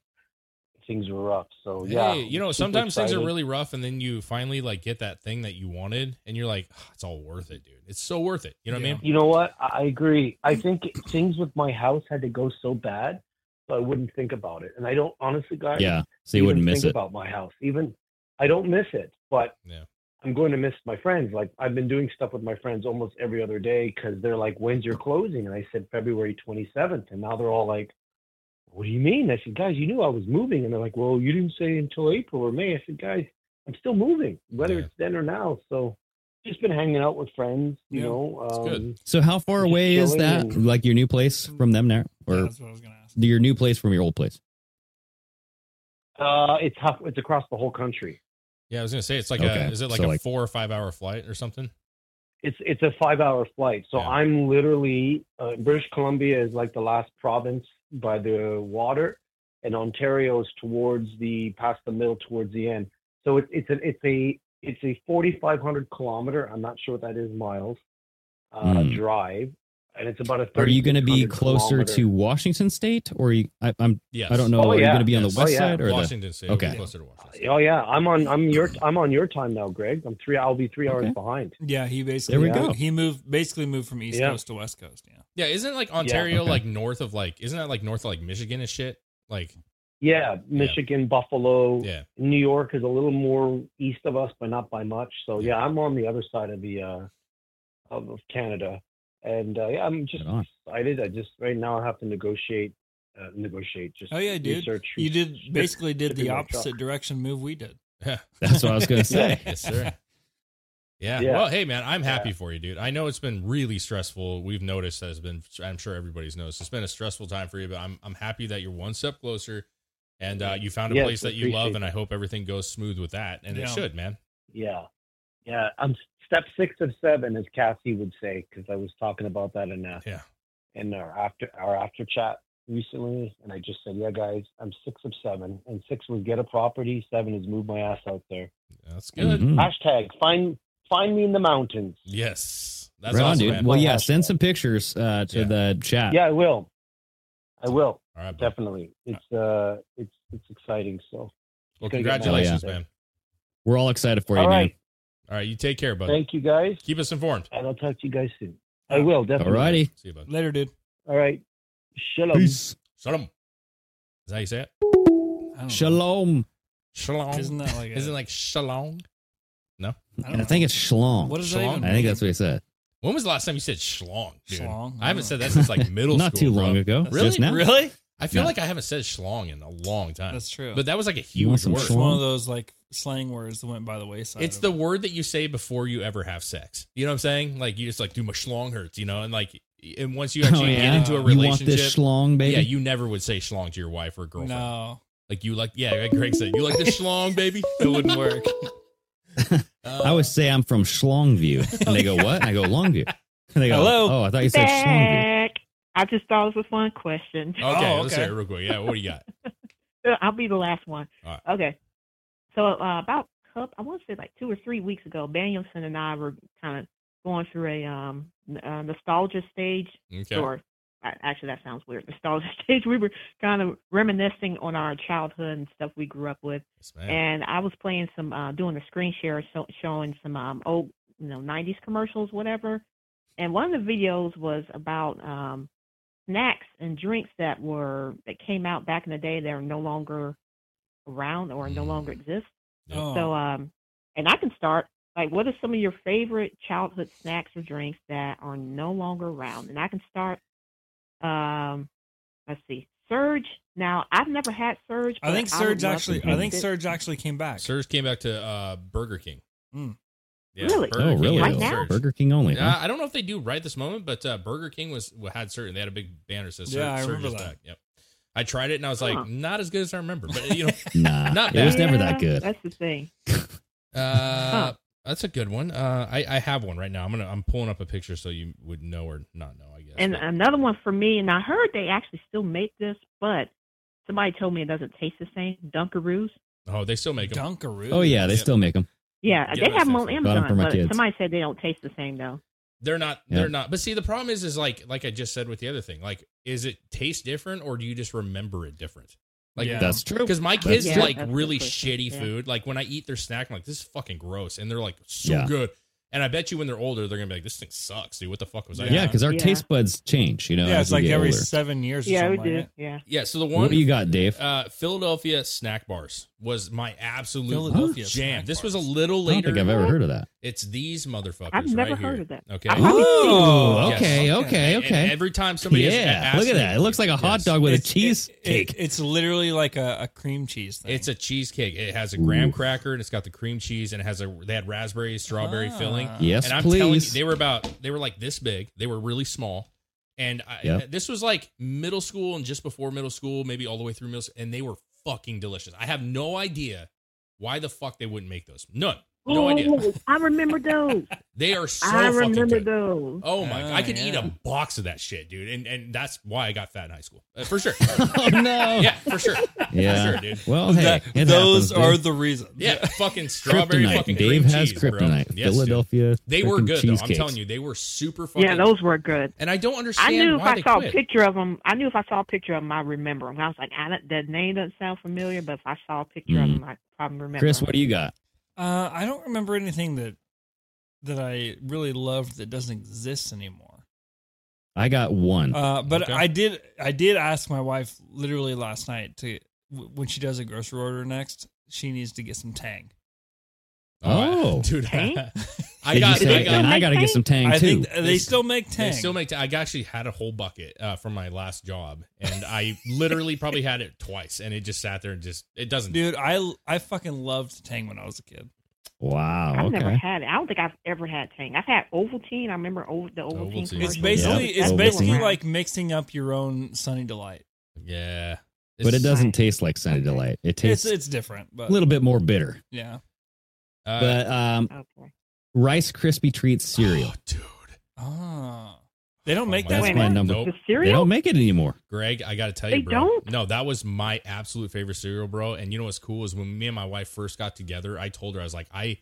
Speaker 2: things were rough." So Oh, yeah,
Speaker 5: Hey, you know,
Speaker 2: super
Speaker 5: sometimes things are
Speaker 2: excited.
Speaker 5: really rough, and then you finally like get that thing that you wanted, and you're like, "Ah, it's all worth it, dude. It's so worth it. You know what I
Speaker 4: Yeah.
Speaker 5: mean?
Speaker 2: You know what? I I agree. I think things with my house had to go so bad, so I wouldn't think about it. And I don't honestly, guys.
Speaker 3: Yeah. So you wouldn't
Speaker 2: even
Speaker 3: miss
Speaker 2: think
Speaker 3: it.
Speaker 2: about my house. Even I don't miss it, but
Speaker 5: Yeah.
Speaker 2: I'm going to miss my friends. Like I've been doing stuff with my friends almost every other day because they're like, "When's your closing?" And I said February 27th, and now they're all like, "What do you mean?" I said, "Guys, you knew I was moving," and they're like, "Well, you didn't say until April or May." I said, "Guys, I'm still moving, whether
Speaker 5: Yeah.
Speaker 2: it's then or now." So just been hanging out with friends, you
Speaker 4: Yeah,
Speaker 2: know.
Speaker 5: it's good.
Speaker 2: um,
Speaker 3: So how far
Speaker 2: Just
Speaker 3: away is
Speaker 2: going
Speaker 3: that?
Speaker 2: and-
Speaker 3: Like your new place from them now,
Speaker 4: Yeah,
Speaker 3: or
Speaker 4: that's what I was gonna ask.
Speaker 3: your new place from your old place?
Speaker 2: Uh, it's half, it's across the whole country.
Speaker 5: Yeah, I was gonna say it's like
Speaker 3: Okay,
Speaker 5: a is it like
Speaker 3: so,
Speaker 5: a
Speaker 3: like-
Speaker 5: four or five hour flight or something?
Speaker 2: It's it's a five hour flight, so
Speaker 5: Yeah.
Speaker 2: I'm literally uh, British Columbia is like the last province by the water, and Ontario is towards the past the middle towards the end. So it's it's a it's a it's a 4,500 kilometer. I'm not sure what that is miles uh,
Speaker 3: Hmm.
Speaker 2: drive, and it's about a.
Speaker 3: Are you going to be
Speaker 2: 3,600
Speaker 3: closer to
Speaker 2: kilometer.
Speaker 3: Washington State, or you, I, I'm
Speaker 5: Yes.
Speaker 3: I don't know.
Speaker 2: Oh,
Speaker 3: are you
Speaker 2: yeah.
Speaker 3: going to be on the
Speaker 5: Yes.
Speaker 3: west
Speaker 2: Oh, yeah.
Speaker 3: side or the?
Speaker 5: Washington State.
Speaker 3: Okay.
Speaker 5: Okay. Closer to Washington. State.
Speaker 2: Oh yeah, I'm on I'm your I'm on your time now, Greg. I'm three. I'll be three hours
Speaker 3: Okay.
Speaker 2: behind.
Speaker 4: Yeah, he
Speaker 3: There
Speaker 4: basically
Speaker 3: we go.
Speaker 4: he moved basically moved from east
Speaker 2: Yeah.
Speaker 4: coast to west coast. Yeah,
Speaker 5: Yeah, isn't like Ontario
Speaker 3: okay.
Speaker 5: like north of like isn't that like north of like Michigan and shit? Like
Speaker 2: Yeah, Michigan, Buffalo,
Speaker 5: yeah.
Speaker 2: New York is a little more east of us, but not by much. So yeah, I'm on the other side of the uh, of, of Canada, and uh, yeah, I'm just
Speaker 3: Right on.
Speaker 2: excited. I just right now I have to negotiate, uh, negotiate. Just
Speaker 4: Oh, yeah, dude.
Speaker 2: research.
Speaker 4: you did basically did the
Speaker 2: Shipping by
Speaker 4: opposite
Speaker 2: truck.
Speaker 4: direction move
Speaker 3: *laughs*
Speaker 4: we did.
Speaker 5: Yeah.
Speaker 3: That's what I was going to say.
Speaker 5: yes, sir. Yeah.
Speaker 2: Yeah.
Speaker 5: Well, hey man, I'm happy
Speaker 2: Yeah.
Speaker 5: for you, dude. I know it's been really stressful. We've noticed that it's been I'm sure everybody's noticed. It's been a stressful time for you, but I'm I'm happy that you're one step closer and uh, you found a
Speaker 2: Yes,
Speaker 5: place
Speaker 2: I
Speaker 5: that you love
Speaker 2: appreciate
Speaker 5: and I hope everything goes smooth with that. And it
Speaker 4: Yeah.
Speaker 5: should, man.
Speaker 2: Yeah, yeah. I'm step six of seven, as Cassie would say, because I was talking about that in uh,
Speaker 5: Yeah.
Speaker 2: in our after our after chat recently, and I just said, yeah, guys, I'm six of seven, and six was get a property, seven is move my ass out there.
Speaker 5: That's good.
Speaker 2: Mm-hmm.
Speaker 3: Mhm.
Speaker 2: Hashtag find find me in the mountains.
Speaker 5: Yes. That's
Speaker 3: Right on,
Speaker 5: awesome,
Speaker 3: dude.
Speaker 5: man.
Speaker 3: Well,
Speaker 2: Well,
Speaker 3: yeah.
Speaker 2: that's-
Speaker 3: Send some pictures uh, to
Speaker 5: Yeah.
Speaker 3: the chat.
Speaker 2: Yeah, I will. I will
Speaker 5: All right. bud.
Speaker 2: definitely. It's uh, it's it's exciting. So Gonna get
Speaker 5: Well,
Speaker 2: my
Speaker 5: congratulations,
Speaker 2: license.
Speaker 5: man.
Speaker 3: We're all excited for you,
Speaker 2: all
Speaker 3: man.
Speaker 2: right,
Speaker 5: All right, you take care, buddy.
Speaker 2: thank you guys,
Speaker 5: Keep us informed.
Speaker 2: and I'll talk to you guys soon. I will
Speaker 3: All
Speaker 2: definitely.
Speaker 3: righty.
Speaker 5: See you, bud.
Speaker 4: Later, dude.
Speaker 2: All right. Shalom.
Speaker 3: Peace.
Speaker 5: Shalom. Is that how you say it?
Speaker 4: I don't know.
Speaker 3: Shalom.
Speaker 5: Shalom.
Speaker 4: Isn't that like a-
Speaker 5: Isn't it like shalom?
Speaker 4: I,
Speaker 3: I,
Speaker 4: don't
Speaker 3: think
Speaker 4: know.
Speaker 3: it's shalom.
Speaker 4: What does that
Speaker 5: Shalom?
Speaker 4: even
Speaker 3: I think
Speaker 4: mean?
Speaker 3: that's what he said.
Speaker 5: When was the last time you said schlong? Dude?
Speaker 4: Schlong?
Speaker 5: I haven't
Speaker 4: I
Speaker 5: said
Speaker 4: don't
Speaker 5: that
Speaker 3: *laughs*
Speaker 5: since like middle
Speaker 3: Not
Speaker 5: school.
Speaker 3: too long
Speaker 5: bro.
Speaker 3: ago.
Speaker 4: Really?
Speaker 3: Just now.
Speaker 4: Really?
Speaker 5: I feel
Speaker 3: No.
Speaker 5: like I haven't said schlong in a long time.
Speaker 4: That's true.
Speaker 5: But that was like a
Speaker 3: You want
Speaker 5: huge
Speaker 3: some
Speaker 5: word.
Speaker 4: It's
Speaker 3: schlong?
Speaker 4: one of those like slang words that went by the wayside.
Speaker 5: It's the word that you say before you ever have sex. You know what I'm saying? Like you just like, dude, my schlong hurts. You know, and like, and once you actually
Speaker 3: Oh, yeah?
Speaker 5: get into a
Speaker 3: You want
Speaker 5: relationship,
Speaker 3: this schlong, baby?
Speaker 5: yeah, you never would say schlong to your wife or girlfriend.
Speaker 4: No,
Speaker 5: Like you like, yeah, like Greg said, you like this schlong, baby.
Speaker 4: *laughs* it wouldn't work.
Speaker 5: Uh,
Speaker 3: I always say I'm from Schlongview. *laughs* And they go, what? And I go, Longview. And they go,
Speaker 4: Hello?
Speaker 3: Oh, I thought you said Schlongview.
Speaker 9: Back. I just thought it was one question.
Speaker 5: *laughs* Okay,
Speaker 4: Oh,
Speaker 5: let's
Speaker 4: okay.
Speaker 5: hear it real quick. Yeah, what do you got?
Speaker 9: Uh, I'll be the last one.
Speaker 5: All
Speaker 9: Okay. So uh, about cup, I want to say like two or three weeks ago, Danielson and I were kind of going through a um n- uh, nostalgia stage,
Speaker 5: Okay.
Speaker 9: or uh, actually that sounds weird, *laughs* nostalgia stage. We were kind of reminiscing on our childhood and stuff we grew up with,
Speaker 5: Yes, man.
Speaker 9: and I was playing some uh, doing a screen share, so, showing some um old you know '90s commercials, whatever. And one of the videos was about um snacks and drinks that were that came out back in the day that are no longer around or no
Speaker 5: Mm.
Speaker 9: longer exist.
Speaker 5: Yep.
Speaker 4: Oh.
Speaker 9: So um and I can start like what are some of your favorite childhood snacks or drinks that are no longer around? And I can start um let's see. Surge. Now I've never had Surge.
Speaker 4: I
Speaker 9: but
Speaker 4: think
Speaker 9: would
Speaker 4: Surge
Speaker 9: love to
Speaker 4: actually. I
Speaker 9: taste
Speaker 4: think
Speaker 9: it.
Speaker 4: Surge actually came back.
Speaker 5: Serge came back to uh, Burger King.
Speaker 4: Mm.
Speaker 5: Yeah,
Speaker 9: Really?
Speaker 5: Burger
Speaker 3: Oh,
Speaker 5: King
Speaker 3: really?
Speaker 5: had
Speaker 9: Right now?
Speaker 5: Serge.
Speaker 3: Burger King only. huh?
Speaker 5: Uh, I don't know if they do right this moment, but uh, Burger King was had certain. They had a big banner that says
Speaker 4: Yeah, I
Speaker 5: Surge, Surge
Speaker 4: remember
Speaker 5: is
Speaker 4: that.
Speaker 5: back. Yep. I tried it and I was like,
Speaker 9: Huh.
Speaker 5: not as good as I remember. But you know,
Speaker 9: *laughs*
Speaker 3: Nah,
Speaker 5: *laughs* Not
Speaker 3: it was
Speaker 5: bad.
Speaker 3: never that
Speaker 9: Yeah,
Speaker 3: good.
Speaker 9: That's the thing.
Speaker 5: uh,
Speaker 9: Huh.
Speaker 5: that's a good one. Uh, I I have one right now. I'm gonna I'm pulling up a picture so you would know or not know. I guess.
Speaker 9: And
Speaker 5: But-
Speaker 9: another one for me, and I heard they actually still make this, but somebody told me it doesn't taste the same. Dunkaroos.
Speaker 5: oh, they still make them.
Speaker 4: Dunkaroo.
Speaker 3: Oh yeah, they still make them.
Speaker 9: Yeah,
Speaker 5: Yeah,
Speaker 9: they have them
Speaker 5: that's
Speaker 9: on
Speaker 5: it.
Speaker 3: Got 'em for
Speaker 9: Amazon,
Speaker 3: my
Speaker 9: but
Speaker 3: kids.
Speaker 9: somebody said they don't taste the same though.
Speaker 5: They're not.
Speaker 3: Yeah.
Speaker 5: They're not. But see, the problem is, is like like I just said with the other thing. Like, is it taste different or do you just remember it different? Like
Speaker 4: Yeah.
Speaker 3: That's true.
Speaker 5: Because my kids
Speaker 9: Yeah,
Speaker 5: like
Speaker 9: that's the
Speaker 5: really
Speaker 9: question.
Speaker 5: shitty
Speaker 9: Yeah.
Speaker 5: food. Like when I eat their snack, I'm like, this is fucking gross. And they're like, so
Speaker 3: Yeah.
Speaker 5: good. And I bet you when they're older, they're gonna be like, this thing sucks, dude. What the fuck was I?
Speaker 3: yeah,
Speaker 5: on?"
Speaker 3: because our
Speaker 9: Yeah.
Speaker 3: taste buds change. You know,
Speaker 4: yeah,
Speaker 3: as
Speaker 4: it's
Speaker 3: we
Speaker 4: like
Speaker 3: get
Speaker 4: every
Speaker 3: older.
Speaker 4: seven years. Or
Speaker 9: Yeah, we
Speaker 4: something
Speaker 9: do.
Speaker 4: Like
Speaker 9: Yeah.
Speaker 5: yeah. So the
Speaker 3: What
Speaker 5: one
Speaker 3: do you got, Dave?
Speaker 5: uh, Philadelphia snack bars was my absolute
Speaker 4: Philadelphia
Speaker 5: jam.
Speaker 4: snack
Speaker 5: This was a
Speaker 4: bars.
Speaker 5: little
Speaker 3: I don't
Speaker 5: later.
Speaker 3: think I've ever heard of that.
Speaker 5: It's these motherfuckers.
Speaker 9: I've never
Speaker 5: right
Speaker 9: heard
Speaker 5: here.
Speaker 9: of that.
Speaker 5: Okay.
Speaker 9: I probably
Speaker 3: Oh,
Speaker 5: Yes.
Speaker 3: okay, okay,
Speaker 5: And
Speaker 3: okay.
Speaker 5: every time somebody has
Speaker 3: Yeah,
Speaker 5: asked
Speaker 3: look at
Speaker 5: me-
Speaker 3: that. It looks like a hot
Speaker 5: Yes.
Speaker 3: dog with a
Speaker 4: It's- it-
Speaker 3: cheese cake.
Speaker 4: it- it's literally like a, a cream cheese thing.
Speaker 5: It's a cheesecake. It has a graham
Speaker 3: Ooh.
Speaker 5: cracker and it's got the cream cheese and it has a they had raspberry strawberry
Speaker 4: Ah.
Speaker 5: filling.
Speaker 3: yes,
Speaker 5: And I'm telling you,
Speaker 3: please. *laughs*
Speaker 5: they were about they were like this big. They were really small. And I,
Speaker 3: Yep.
Speaker 5: this was like middle school and just before middle school, maybe all the way through middle school, and they were fucking delicious. I have no idea why the fuck they wouldn't make those. None. No idea.
Speaker 9: Oh, I remember those.
Speaker 5: They are *laughs* so
Speaker 9: I
Speaker 5: fucking
Speaker 9: remember
Speaker 5: good.
Speaker 9: those.
Speaker 5: Oh my!
Speaker 4: Oh,
Speaker 5: I could eat
Speaker 4: yeah.
Speaker 5: a box of that shit, dude, and and that's why I got fat in high school Uh,
Speaker 3: *laughs*
Speaker 5: for sure.
Speaker 3: oh no.
Speaker 5: *laughs* yeah, for sure.
Speaker 3: Yeah.
Speaker 5: for sure, dude.
Speaker 3: Well, Oh, hey,
Speaker 4: That-
Speaker 3: it
Speaker 4: those
Speaker 3: happens, dude.
Speaker 4: are the reasons.
Speaker 5: Yeah, fucking strawberry
Speaker 3: kryptonite.
Speaker 5: fucking
Speaker 3: Dave
Speaker 5: cream
Speaker 3: has
Speaker 5: cheese, bro.
Speaker 3: kryptonite.
Speaker 5: Yes, dude.
Speaker 3: Philadelphia.
Speaker 5: They were
Speaker 3: freaking
Speaker 5: good though. I'm
Speaker 3: cheesecakes.
Speaker 5: telling you, they were super fucking.
Speaker 9: Yeah, those were good.
Speaker 5: And I don't understand.
Speaker 9: I knew if
Speaker 5: why
Speaker 9: I
Speaker 5: they
Speaker 9: saw
Speaker 5: quit.
Speaker 9: a picture of them, I knew if I saw a picture of them, I remember them. I was like, I don't, the name doesn't sound familiar, but if I saw a picture of
Speaker 3: Mm.
Speaker 9: them, I probably remember.
Speaker 3: Chris,
Speaker 9: 'em.
Speaker 3: what do you got?
Speaker 4: Uh, I don't remember anything that that I really loved that doesn't exist anymore.
Speaker 3: I got one.
Speaker 4: Uh, but
Speaker 5: Okay.
Speaker 4: I did I did ask my wife literally last night to w- when she does a grocery order next, she needs to get some Tang.
Speaker 3: Oh.
Speaker 5: I- *laughs*
Speaker 9: *laughs*
Speaker 5: dude,
Speaker 9: Tang?
Speaker 5: I, I
Speaker 3: Did you say-
Speaker 5: got. I
Speaker 9: still
Speaker 3: and
Speaker 5: got.
Speaker 3: I
Speaker 9: make
Speaker 3: got to get
Speaker 9: Tang?
Speaker 3: some tang
Speaker 4: I
Speaker 3: too.
Speaker 4: think they,
Speaker 5: They-
Speaker 4: still make Tang.
Speaker 5: They still make. I actually had a whole bucket uh, from my last job, and I literally probably had it twice, and it just sat there and just it doesn't.
Speaker 4: Dude, I I fucking loved Tang when I was a kid.
Speaker 3: wow.
Speaker 9: I've never
Speaker 3: Oh, Okay.
Speaker 9: had it. I don't think I've ever had Tang. I've had Ovaltine. I remember o- the Ovaltine.
Speaker 5: Ovaltine.
Speaker 9: commercial.
Speaker 4: It's
Speaker 5: Yeah.
Speaker 4: basically
Speaker 9: That's
Speaker 4: it's
Speaker 9: the
Speaker 3: Ovaltine.
Speaker 4: basically
Speaker 9: one.
Speaker 4: like mixing up your own Sunny Delight.
Speaker 5: Yeah,
Speaker 3: But it
Speaker 5: It's-
Speaker 3: doesn't taste like Sunny Delight. It
Speaker 4: It's
Speaker 3: tastes
Speaker 4: it's different, but
Speaker 3: a little bit more bitter.
Speaker 4: yeah.
Speaker 5: uh,
Speaker 3: But um,
Speaker 9: Okay.
Speaker 3: Rice Krispie Treats
Speaker 5: *gasps*
Speaker 3: cereal.
Speaker 5: oh, dude.
Speaker 4: Oh. They don't
Speaker 5: Oh
Speaker 4: make
Speaker 5: my
Speaker 4: that
Speaker 3: That's
Speaker 9: wait,
Speaker 3: my
Speaker 9: what?
Speaker 3: number.
Speaker 5: Nope.
Speaker 9: The
Speaker 3: They
Speaker 9: cereal?
Speaker 3: don't make it anymore.
Speaker 5: Greg, I gotta tell
Speaker 9: They
Speaker 5: you, bro.
Speaker 9: don't?
Speaker 5: No, that was my absolute favorite cereal, bro. And you know what's cool is when me and my wife first got together, I told her I was like, I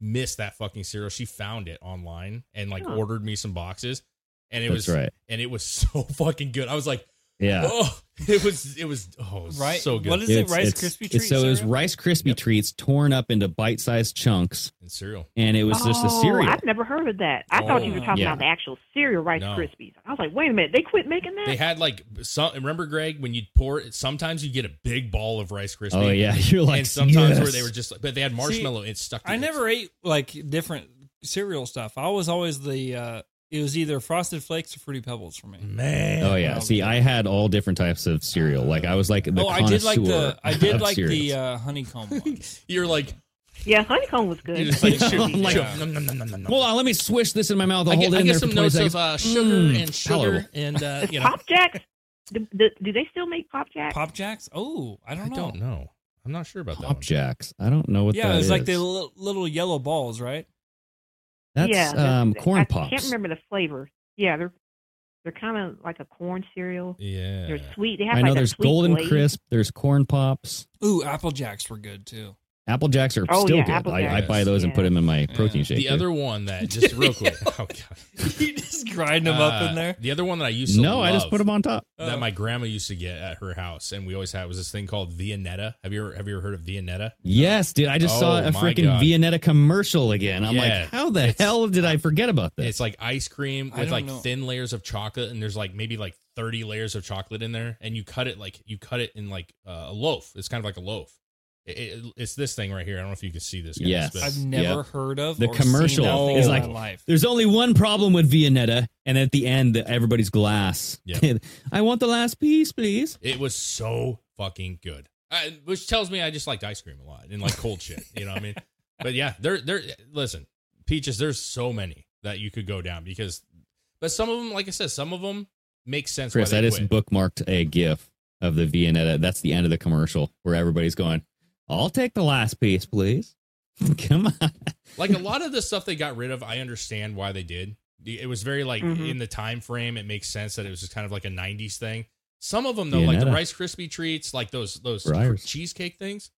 Speaker 5: miss that fucking cereal. She found it online and like
Speaker 9: Huh.
Speaker 5: ordered me some boxes, and it
Speaker 3: That's
Speaker 5: was
Speaker 3: right.
Speaker 5: and it was *laughs* so fucking good. I was like,
Speaker 3: Yeah.
Speaker 5: oh, it was it was oh, it was
Speaker 4: Right.
Speaker 5: so good.
Speaker 4: What is it?
Speaker 3: It's-
Speaker 4: Rice
Speaker 3: it's-
Speaker 4: Krispie
Speaker 3: it's-
Speaker 4: treats.
Speaker 3: So it was
Speaker 4: cereal?
Speaker 3: Rice Krispie
Speaker 5: Yep.
Speaker 3: treats torn up into bite-sized chunks,
Speaker 5: And cereal.
Speaker 3: and it was just a
Speaker 9: Oh,
Speaker 3: cereal.
Speaker 9: I've never heard of that. I thought you were
Speaker 4: Oh.
Speaker 9: talking
Speaker 3: Yeah.
Speaker 9: about the actual cereal Rice
Speaker 5: No.
Speaker 9: Krispies. I was like, wait a minute, they quit making that.
Speaker 5: They had like some. Remember, Greg, when you pour it, sometimes you get a big ball of Rice Krispies.
Speaker 3: Oh yeah, *laughs* you're like
Speaker 5: and sometimes
Speaker 3: yes.
Speaker 5: where they were just, like, but they had marshmallow. it stuck. to
Speaker 4: I
Speaker 5: it.
Speaker 4: never ate like different cereal stuff. I was always the uh it was either frosted flakes or fruity pebbles for me.
Speaker 5: Man.
Speaker 3: Oh yeah. See, I had all different types of cereal. Like I was like the
Speaker 4: oh, I did like the
Speaker 3: connoisseur
Speaker 4: I did
Speaker 3: of
Speaker 4: like
Speaker 3: cereals.
Speaker 4: the
Speaker 3: *laughs*
Speaker 4: uh, honeycomb one.
Speaker 5: *laughs*
Speaker 4: *laughs*
Speaker 5: You're like,
Speaker 9: yeah, honeycomb was
Speaker 5: *laughs*
Speaker 9: good.
Speaker 5: you're just
Speaker 3: *laughs*
Speaker 5: like,
Speaker 4: I'm
Speaker 5: shoot,
Speaker 4: like-
Speaker 5: shoot, nom, nom, nom, nom, nom.
Speaker 3: Hold on, uh, let me swish this in my mouth. I'll
Speaker 5: I
Speaker 3: hold
Speaker 5: get,
Speaker 3: it
Speaker 5: I
Speaker 3: in
Speaker 5: get
Speaker 3: there
Speaker 5: some
Speaker 3: for 20
Speaker 5: notes
Speaker 3: seconds.
Speaker 5: of uh, sugar
Speaker 3: Mm,
Speaker 5: and sugar
Speaker 3: palatable.
Speaker 5: and uh,
Speaker 9: Does
Speaker 4: *laughs*
Speaker 5: you know.
Speaker 9: Pop Jacks. Do, do, do they still make Pop Jacks?
Speaker 4: Pop Jacks? Oh, I don't know.
Speaker 5: know. I'm not sure about
Speaker 3: Pop Jacks. I don't know what
Speaker 4: yeah,
Speaker 3: that
Speaker 4: it was like
Speaker 3: is.
Speaker 4: the li- little yellow balls, right?
Speaker 3: That's
Speaker 9: yeah,
Speaker 3: um,
Speaker 9: that's-
Speaker 3: corn
Speaker 9: I
Speaker 3: pops.
Speaker 9: can't remember the flavor. Yeah, they're they're kind of like a corn cereal.
Speaker 5: Yeah.
Speaker 9: They're sweet. They have
Speaker 3: I
Speaker 9: like
Speaker 3: know
Speaker 9: a
Speaker 3: there's
Speaker 9: sweet
Speaker 3: Golden
Speaker 9: glaze.
Speaker 3: Crisp. There's corn pops.
Speaker 4: Ooh, Apple Jacks were good too. *laughs*
Speaker 3: Apple Jacks are
Speaker 9: Oh,
Speaker 3: still
Speaker 9: yeah,
Speaker 3: good.
Speaker 9: Apple
Speaker 3: I, I
Speaker 5: Jacks,
Speaker 3: buy those and
Speaker 9: yeah.
Speaker 3: put them in my
Speaker 4: Yeah.
Speaker 3: protein shake.
Speaker 5: The
Speaker 3: dude.
Speaker 5: other one
Speaker 3: *laughs*
Speaker 5: that just
Speaker 4: *laughs*
Speaker 5: real quick. Oh god.
Speaker 4: you just grind them up
Speaker 5: Uh,
Speaker 4: in there.
Speaker 5: The other one that I used to
Speaker 3: no, I just
Speaker 5: love
Speaker 3: put them on top.
Speaker 4: Oh.
Speaker 5: that my grandma used to get at her house, and we always had was this thing called Viennetta. Have you ever have you ever heard of Viennetta?
Speaker 3: Yes, dude. I just saw
Speaker 5: Oh,
Speaker 3: a
Speaker 5: my
Speaker 3: freaking
Speaker 5: God.
Speaker 3: Viennetta commercial again. I'm
Speaker 5: Yeah.
Speaker 3: like, how the
Speaker 5: It's-
Speaker 3: hell did I forget about this?
Speaker 5: It's like ice cream
Speaker 4: I
Speaker 5: with
Speaker 4: don't
Speaker 5: like
Speaker 4: know.
Speaker 5: thin layers of chocolate, and there's like maybe like thirty layers of chocolate in there, and you cut it like you cut it in like uh, a loaf. It's kind of like a loaf. It, it- it's this thing right here. I don't know if you can see this. guys,
Speaker 3: Yes.
Speaker 5: but-
Speaker 4: I've never
Speaker 3: Yep.
Speaker 4: heard of
Speaker 3: The
Speaker 4: or seen
Speaker 3: commercial
Speaker 4: that thing
Speaker 5: is
Speaker 4: in
Speaker 5: like-
Speaker 4: my life.
Speaker 3: There's only one problem with Viennetta, and at the end, the, everybody's glass.
Speaker 5: Yeah.
Speaker 3: *laughs* I want the last piece, please.
Speaker 5: It was so fucking good. I, which tells me I just liked ice cream a lot and like cold shit. You know what I mean? But yeah, there, there. Listen, peaches. There's so many that you could go down because, but some of them, like I said, some of them make sense.
Speaker 3: Chris,
Speaker 5: why
Speaker 3: I
Speaker 5: they
Speaker 3: just
Speaker 5: quit.
Speaker 3: bookmarked a GIF of the Viennetta. That's the end of the commercial where everybody's going, I'll take the last piece, please. *laughs* Come on. *laughs*
Speaker 5: like a lot of the stuff they got rid of i understand why they did it was very like
Speaker 9: Mhm.
Speaker 5: in the time frame it makes sense that it was just kind of like a 90s thing some of them though like the
Speaker 3: Viennetta.
Speaker 5: rice crispy treats like those those
Speaker 3: Friars.
Speaker 5: cheesecake things